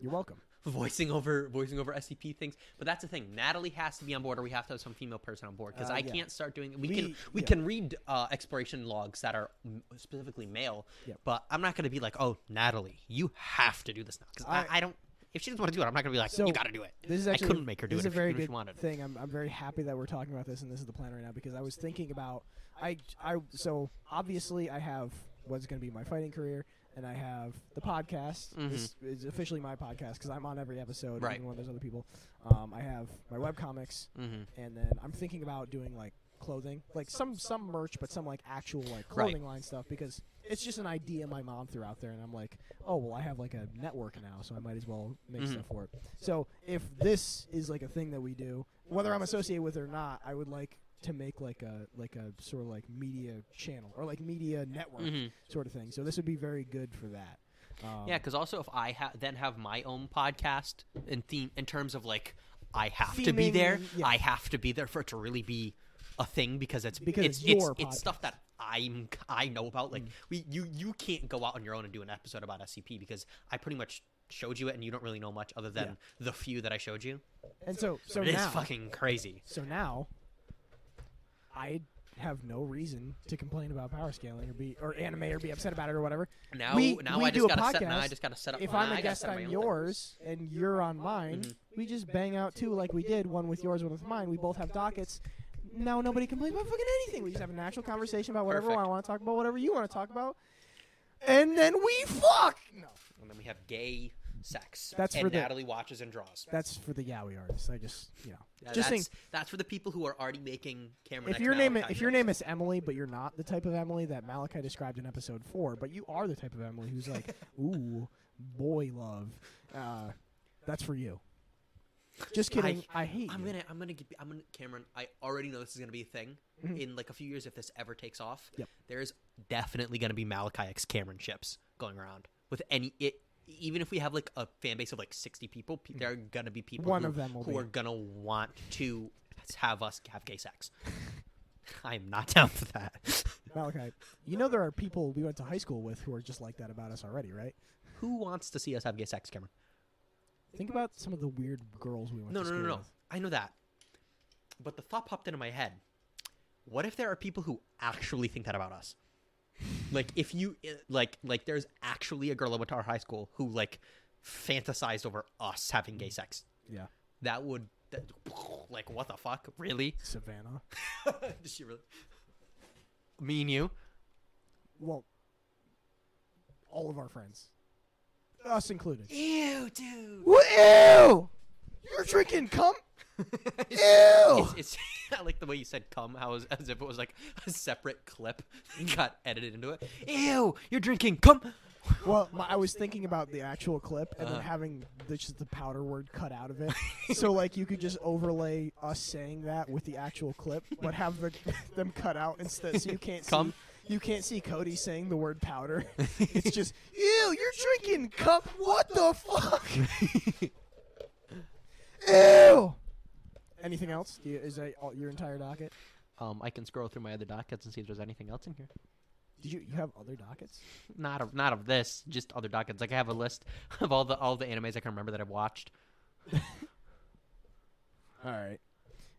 B: You're welcome.
A: Voicing over, voicing over SCP things. But that's the thing. Natalie has to be on board, or we have to have some female person on board because
B: Uh,
A: I
B: yeah.
A: can't start doing. We,
B: We-
A: can, we
B: yeah.
A: can read uh, exploration logs that are m- specifically male.
B: Yep.
A: But I'm not gonna be like, oh, Natalie, you have to do this now because I,
B: I-
A: I don't. If she doesn't want to do it, I'm not gonna be like,
B: So,
A: you gotta do it.
B: This is
A: I
B: actually
A: couldn't make her do
B: this
A: it if
B: is a very
A: even if
B: good
A: she wanted.
B: thing. I'm, I'm very happy that we're talking about this and this is the plan right now because I was thinking about I I so obviously I have what's going to be my fighting career and I have the podcast. This is officially my podcast because I'm on every episode,
A: Mm-hmm. Right.
B: even when there's other people. Um, I have my web comics,
A: Mhm.
B: and then I'm thinking about doing like clothing, like some some merch, but some like actual like clothing line stuff because it's just an idea my mom threw out there, and I'm like, oh well, I have like a network now, so I might as well make
A: Mm-hmm.
B: stuff for it. So if this is like a thing that we do, whether I'm associated with it or not, I would like to make like a like a sort of like media channel or like media network
A: Mhm.
B: sort of thing. So this would be very good for that. Um,
A: Yeah, because also if I ha- then have my own podcast in theme in terms of like I have to be there,
B: Theming, yeah.
A: I have to be there for it to really be a thing because it's
B: Because
A: it's
B: it's
A: it's,
B: your Mm.
A: it's
B: podcast.
A: stuff that I'm I know about. Like we you you can't go out on your own and do an episode about SCP because I pretty much showed you it and you don't really know much other than the few that I showed you.
B: and so so
A: It is
B: now
A: fucking crazy.
B: so now I have no reason to complain about power scaling or be or anime or be upset about it or whatever.
A: Now,
B: We-
A: now
B: we
A: I
B: do
A: just
B: a
A: gotta set. Now I
B: podcast.
A: just gotta set up.
B: If
A: now
B: I'm
A: I
B: a
A: gotta
B: guest
A: set up my
B: on
A: own Mm-hmm.
B: yours and you're on mine, we just bang out two like we did, one with yours, one with mine. We both have dockets. Now nobody complains about fucking anything. We just have a natural conversation about whatever I
A: Perfect.
B: want to talk about, whatever you want to talk about, and then we fuck. No,
A: thing. And then we have gay sex.
B: That's
A: and
B: for the-
A: Natalie watches and draws.
B: that's for the yaoi artists. I just you know,
A: Yeah,
B: just
A: that's,
B: think
A: that's for the people who are already making Cameron.
B: if
A: X
B: your
A: Mallet
B: name i- if your
A: content.
B: name is Emily, but you're not the type of Emily that Malachi described in episode four, but you are the type of Emily who's like, ooh, boy love, uh, that's for you. Just kidding. I, hate.
A: I'm
B: you.
A: gonna, I'm gonna, get, I'm gonna, Cameron. I already know this is gonna be a thing in like a few years if this ever takes off.
B: Mm-hmm. Yep.
A: There's definitely gonna be Malachi X Cameron ships going around with any. It, even if we have like a fan base of like 60 people, pe- there are gonna be people
B: Mm-hmm. One
A: who,
B: of them will
A: who
B: be.
A: are gonna want to have us have gay sex. I am not down for that.
B: Malachi. You know there are people we went to high school with who are just like that about us already, right?
A: who wants to see us have gay sex, Cameron?
B: Think about some of the weird girls we went
A: No,
B: to
A: no, no,
B: school
A: no.
B: with.
A: I know that. But the thought popped into my head. What if there are people who actually think that about us? Like if you i- like like there's actually a girl I went to our high school who like fantasized over us having gay sex.
B: Yeah,
A: That would that, like what the fuck? Really?
B: Savannah.
A: Does she really? Me and you?
B: Well, all of our friends, us included.
A: Ew, dude.
B: Ew! You're drinking cum. Ew!
A: It's, it's I like the way you said "cum," how as, as if it was like a separate clip got edited into it. Ew, you're drinking cum.
B: Well, my, I was thinking about the actual clip and then having the, just the powder word cut out of it. so like you could just overlay us saying that with the actual clip, but have the, them cut out instead, so you can't
A: Cum?
B: see you can't see Cody saying the word powder. it's just ew. You're drinking cup. What the fuck? ew. Anything else? Do you, is that all, your entire docket?
A: Um, I can scroll through my other dockets and see if there's anything else in here.
B: Did you you have other dockets?
A: Not of not of this, just other dockets. Like I have a list of all the all the animes I can remember that I've watched.
B: All right.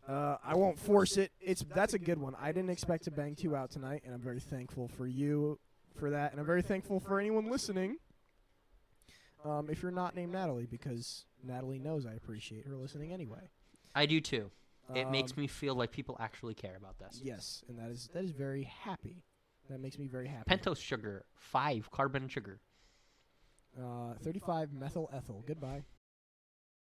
B: Uh, I won't force it. It's that's a good one. I didn't expect to bang two out tonight, and I'm very thankful for you for that, and I'm very thankful for anyone listening. Um, if you're not named Natalie, because Natalie knows I appreciate her listening anyway.
A: I do too. It makes
B: Um,
A: me feel like people actually care about this.
B: yes, and that is that is very happy. That makes me very happy.
A: Pentose sugar, five carbon sugar.
B: Uh, 35 methyl ethyl. Goodbye.